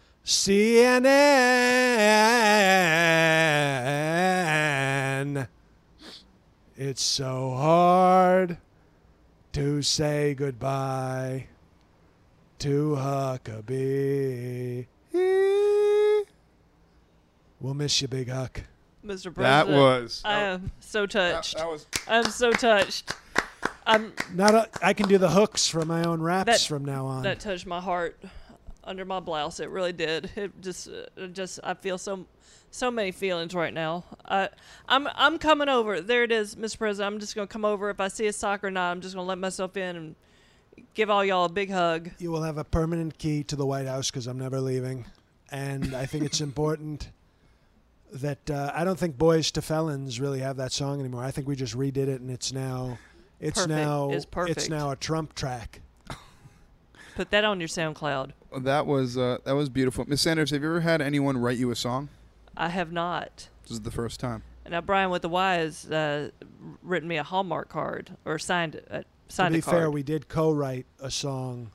B: CNN. It's so hard to say goodbye to Huckabee. We'll miss you, Big Huck.
C: Mr. President,
A: That was-
B: Oh,
C: I am so touched.
A: was.
C: I'm so touched. I'm
B: Not a, I can do the hooks for my own raps
C: That-
B: from now on.
C: that touched my heart under my blouse it really did it just it just i feel so so many feelings right now i i'm i'm coming over there it is mr president i'm just gonna come over if i see a sock or not i'm just gonna let myself in and give all y'all a big hug
B: you will have a permanent key to the White House because I'm never leaving. And I think it's important [laughs] that uh, I don't think Boys to Felons really have that song anymore. I think we just redid it, and it's now it's
C: Perfect.
B: now
C: It's perfect.
B: now a Trump track.
C: put that on your soundcloud
A: That was uh, that was beautiful, Miss Sanders. Have you ever had anyone write you a song?
C: i have not
A: This is the first time.
C: now brian with the y has uh, written me a hallmark card or signed a,
B: to
C: Signed
B: be
C: a card.
B: fair, we did co-write a song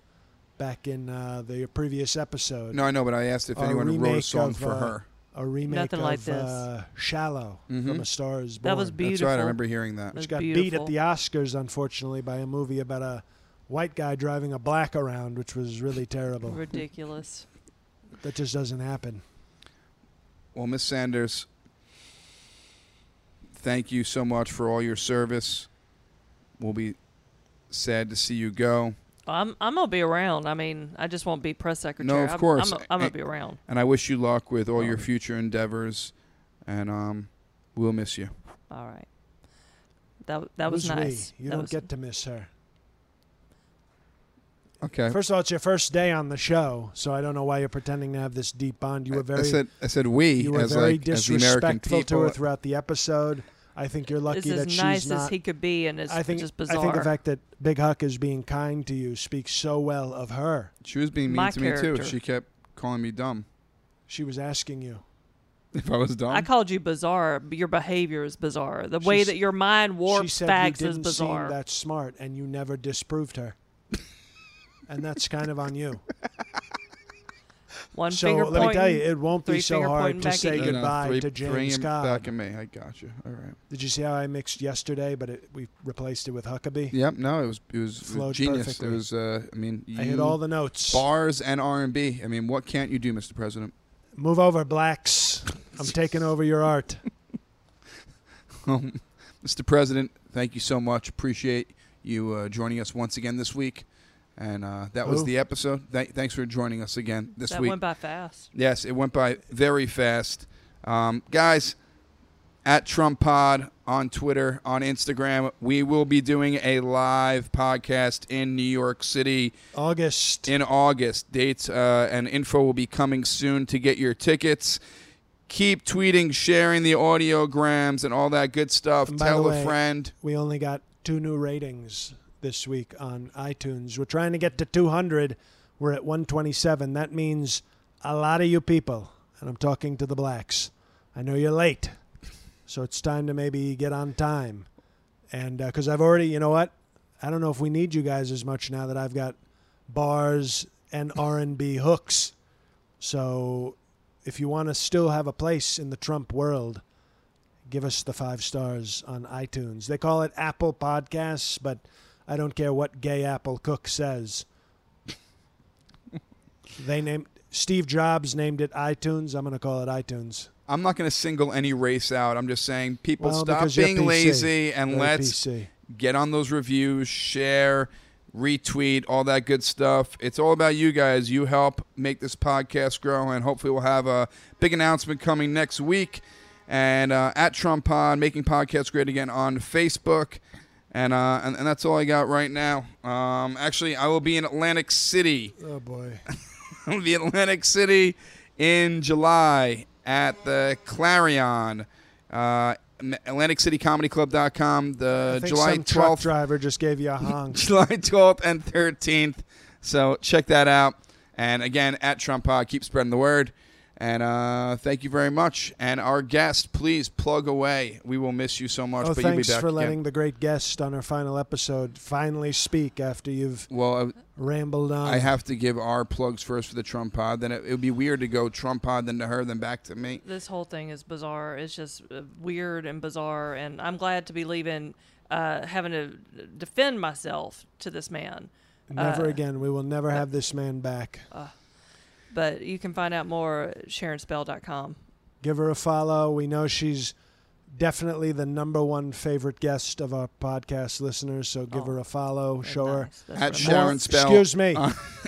B: back in uh, the previous episode.
A: No, I know, but I asked if
B: A
A: anyone wrote a
B: remake
A: song
B: of,
A: for
B: uh,
A: her.
B: A remake
C: Nothing
B: of
C: like this.
B: Uh, "Shallow" from
A: Mhm.
B: A Star Is Born.
C: That was
A: That's
C: beautiful.
A: right. I remember hearing that.
C: That's
B: which got beat
C: beautiful.
B: at the Oscars, unfortunately, by a movie about a white guy driving a black around, which was really terrible.
C: Ridiculous.
B: That just doesn't happen.
A: Well, Miss Sanders, thank you so much for all your service. We'll be sad to see you go,
C: I'm I'm gonna be around. I mean, I just won't be press secretary.
A: of
C: I'm-
A: course.
C: I'm, I'm gonna
A: And-
C: be around.
A: and I wish you luck with all your
C: Oh.
A: future endeavors. And um, we'll miss you.
C: All right. That w- that was
B: Who's we?
C: nice.
B: You
C: That
B: don't
C: was-
B: get to miss her.
A: Okay.
B: First of all, it's your first day on the show, so I don't know why you're pretending to have this deep bond. You were
A: I
B: very,
A: said I said we
B: you were
A: as
B: very
A: like as the American
B: disrespectful
A: people. uh,
B: to her throughout the episode. I think you're lucky
C: It's as
B: that
C: nice
B: she's not.
C: as he could be, and it's
B: I think
C: just
B: I
C: bizarre.
B: think the fact that Big Huck is being kind to you speaks so well of her.
A: she was being mean
C: My
A: to me too.
C: character.
A: She kept calling me dumb. [laughs]
B: She was asking you.
A: If I was dumb,
C: I called you bizarre. but Your behavior is bizarre. The
B: She
C: way
B: s-
C: that your mind
B: she
C: warps
B: said
C: facts
B: you
C: is
B: didn't
C: bizarre.
B: seem that smart, and you never disproved her. and that's kind of on you.
C: One
B: so
C: finger
B: let me tell
C: pointing.
B: you, it won't be
C: three
B: so
C: finger
B: hard
C: pointing
B: to
C: back at
B: say
C: you.
A: No, no,
B: goodbye
A: uh, three-
B: to
A: three
B: James
A: and
B: Scott.
A: Back at me. I got you. All right.
B: Did you see how I mixed yesterday? But it, we replaced it with Huckabee.
A: Yep. No, it was it was, it was
B: Flowed
A: genius.
B: perfectly.
A: It was. Uh, I mean, you
B: I hit all the notes.
A: bars and R and B. I mean, what can't you do, Mr. President? [laughs]
B: Move over, blacks. I'm taking over your art.
A: Um, Mr. President, thank you so much. Appreciate you uh, joining us once again this week. And uh, that was
B: Who?
A: the episode. Th- thanks for joining us again this
C: that
A: week.
C: went by fast.
A: Yes, it went by very fast. Um, guys, at Trump Pod on Twitter, on Instagram, we will be doing a live podcast in New York City
B: August.
A: in August. Dates uh, and info will be coming soon to get your tickets. Keep tweeting, sharing the audiograms and all that good stuff.
B: And by
A: Tell
B: the
A: a
B: way-
A: friend.
B: we only got two new ratings this week on iTunes. We're trying to get to 200. We're at 127. That means a lot of you people, and I'm talking to the blacks. I know you're late, so it's time to maybe get on time. And because I've already, you know what? I don't know if we need you guys as much now that I've got bars and R&B hooks. So if you want to still have a place in the Trump world, give us the five stars on iTunes. They call it Apple Podcasts, but I don't care what gay Apple Cook says. they named Steve Jobs named it iTunes. I'm going to call it iTunes.
A: I'm not going to single any race out. I'm just saying people
B: Well,
A: stop
B: because you're
A: being
B: PC.
A: lazy and
B: Very
A: let's
B: PC.
A: get on those reviews, share, retweet, all that good stuff. It's all about you guys. You help make this podcast grow, and hopefully, we'll have a big announcement coming next week. And uh, at Trump Pod, making podcasts great again on Facebook. And, uh, and and that's all I got right now. Um, actually, I will be in Atlantic City.
B: Oh boy.
A: [laughs] I'll be in Atlantic City in July at the Clarion. Uh, AtlanticCityComedyClub.com.
B: I
A: The
B: think
A: July
B: some truck
A: 12th
B: driver just gave you a
A: [laughs]
B: honk.
A: July 12th and 13th. So check that out. And again, at Trump Pod, keep spreading the word. And uh, thank you very much. And our guest, please plug away. We will miss you so much,
B: Oh,
A: but you'll be
B: thanks
A: back
B: for
A: again.
B: letting the great guest on our final episode finally speak after you've
A: Well,
B: rambled on.
A: I, I have to give our plugs first for the Trump Pod. Then it, it would be weird to go Trump Pod, then to her, then back to me. [laughs]
C: This whole thing is bizarre. It's just uh, weird and bizarre, and I'm glad to be leaving, uh, having to defend myself to this man.
B: never
C: uh,
B: again. We will never have this man back.
C: But you can find out more at SharonSpell.com.
B: give her a follow. We know she's definitely the number one favorite guest of our podcast listeners, so give
C: Oh,
B: her a follow. Show her.
C: Nice. That's uh,
A: At
C: what I'm-
A: Sharon Spell. Uh,
B: more- Excuse me.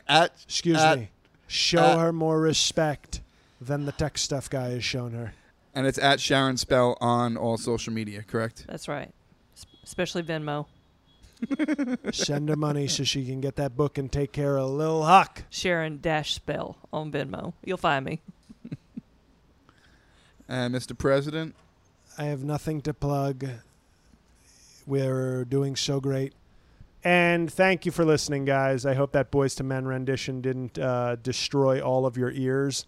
A: At
B: Excuse
A: at-
B: me. Show
C: uh,
A: at-
B: her more respect than the tech stuff guy has shown her.
A: and it's at Sharon Spell on all social media, correct?
C: That's right. S- Especially Venmo.
B: Send her money so she can get that book and take care of Lil Huck.
C: Sharon dash spell on Venmo. You'll find me.
A: And Mr. President,
B: I have nothing to plug. We're doing so great. And thank you for listening, guys. I hope that Boys to Men rendition didn't uh, destroy all of your ears.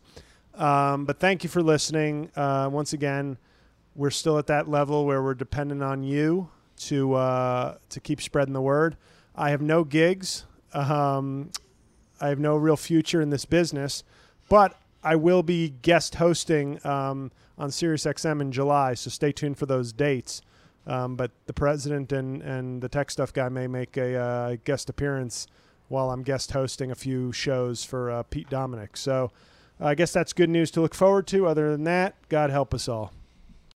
B: Um, but thank you for listening. Uh, once again, we're still at that level where we're dependent on you to uh, to keep spreading the word. I have no gigs. Um, I have no real future in this business, but I will be guest hosting um, on SiriusXM in July, so stay tuned for those dates. Um, but the president and, and the tech stuff guy may make a uh, guest appearance while I'm guest hosting a few shows for uh, Pete Dominic. So I guess that's good news to look forward to. Other than that, God help us all.